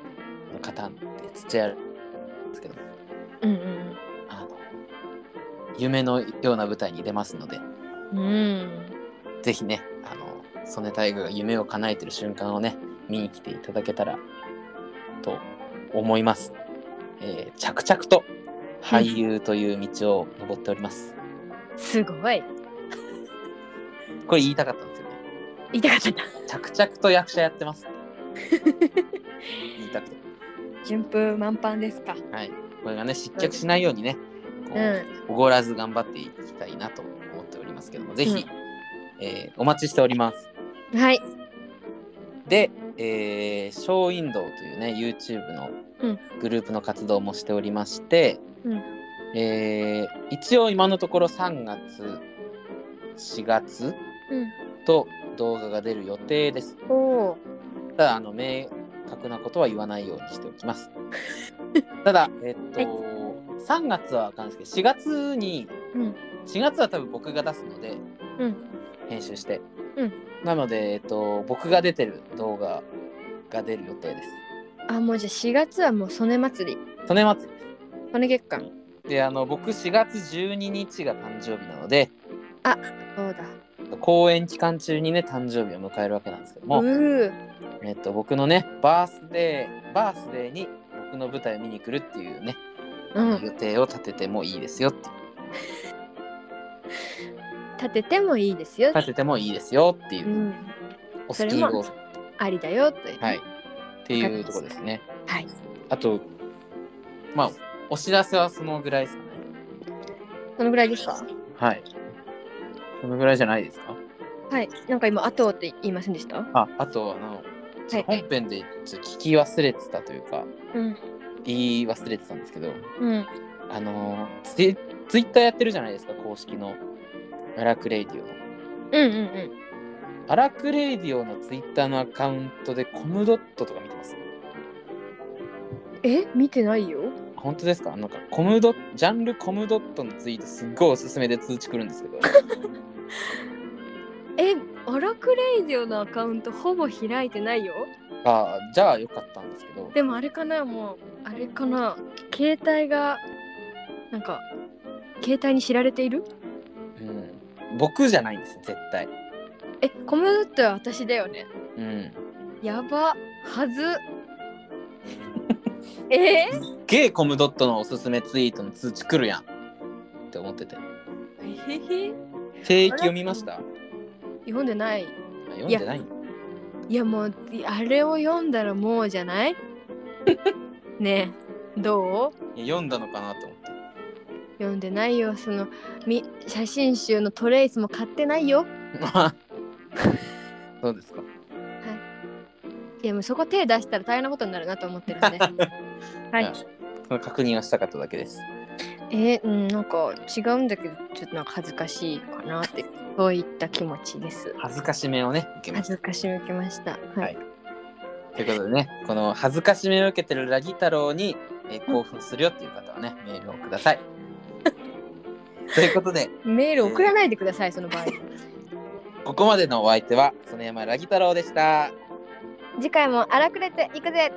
S2: の方って土屋ですけど
S1: うんうん
S2: あの夢のような舞台に出ますので
S1: うん
S2: ぜひねあの曽根大河が夢を叶えてる瞬間をね見に来ていただけたらと思います、えー着々と俳優という道を登っております、
S1: すごい
S2: これ言いたかったんですよね
S1: 言いたかったな
S2: 着々と役者やってます 言いたくて
S1: 順風満帆ですか
S2: はいこれがね失脚しないようにねこう、
S1: う
S2: おごらず頑張っていきたいなと思っておりますけどもぜひ、
S1: うん
S2: えーお待ちしております
S1: んはい
S2: で、えー、ショーウィンドウというね YouTube の
S1: うん
S2: グループの活動もしておりまして、
S1: うん
S2: えー一応今のところ3月4月
S1: う
S2: と動画が出る予定です
S1: んおお
S2: ただあの明確なことは言わないようにしておきます ただえっと、
S1: はい
S2: 3月はあかんですけど4月に
S1: うん
S2: 4月は多分僕が出すので、
S1: うん
S2: 編集して、
S1: うん
S2: なので、えっと、僕が出てる動画が出る予定です
S1: あもうじゃあ4月はもう曽根祭り
S2: 曽根祭りで
S1: 曽根月間
S2: すであの僕4月12日が誕生日なので
S1: そうだ
S2: 公演期間中にね誕生日を迎えるわけなんですけども、
S1: うー
S2: えっと、僕のねバースデーバースデーに僕の舞台を見に来るっていうね、
S1: うん
S2: 予定を立ててもいいですよって
S1: 立ててもいいですよ、
S2: 立ててもいいですよっていうう、
S1: ん、
S2: お好きにどうぞ
S1: ありだよという
S2: はいっていうところですね
S1: はい
S2: あとまあお知らせはそのぐらいですかね
S1: そのぐらいですか
S2: はいそのぐらいじゃないですか
S1: はいなんか今あとって言いませんでした
S2: ああとあのちょっと
S1: はい
S2: 本編でちょっと聞き忘れてたというか、
S1: うん
S2: 言い忘れてたんですけど
S1: うん
S2: あのーツイツイッターやってるじゃないですか公式のアラクレイディオの
S1: うんうんうん
S2: アラクレイディオのツイッターのアカウントでコムドットとか見てます
S1: え見てないよ
S2: 本当ですかなんかコムドジャンルコムドットのツイートすっごいおすすめで通知くるんですけど
S1: えアラクレイディオのアカウントほぼ開いてないよ
S2: あーじゃあよかったんですけど
S1: でもあれかなもうあれかな携帯がなんか携帯に知られている
S2: うん、僕じゃないんですよ絶対
S1: えコムドットは私だよね
S2: うん
S1: やばはずえ
S2: ゲイコムドットのおすすめツイートの通知来るやんって思ってて
S1: ー、えへへ
S2: 聖域読みましたあ
S1: 読んでない
S2: 読んでない
S1: いやもうあれを読んだらもうじゃないねえどう
S2: いや読んだのかなと思って
S1: 読んでないよそのみ写真集のトレイスも買ってないよ
S2: あ そうですか。
S1: いやもうそこ手出したら大変なことになるなと思ってるんではい
S2: やその確認をしたかっただけです。
S1: えーうん、なんか違うんだけどちょっとなんか恥ずかしいかなってそういった気持ちです
S2: 恥ずかしめをね、受けまし
S1: 恥ずかしめきましたはい、
S2: はいた。ということでね、この恥ずかしめを受けてる ラギ太郎に、えー興奮するよっていう方はね、メールをください。ということで、
S1: メール送らないでください、その 場合。
S2: ここまでのお相手は、曽根山ラギ太郎でした。
S1: 次回も荒くれていくぜ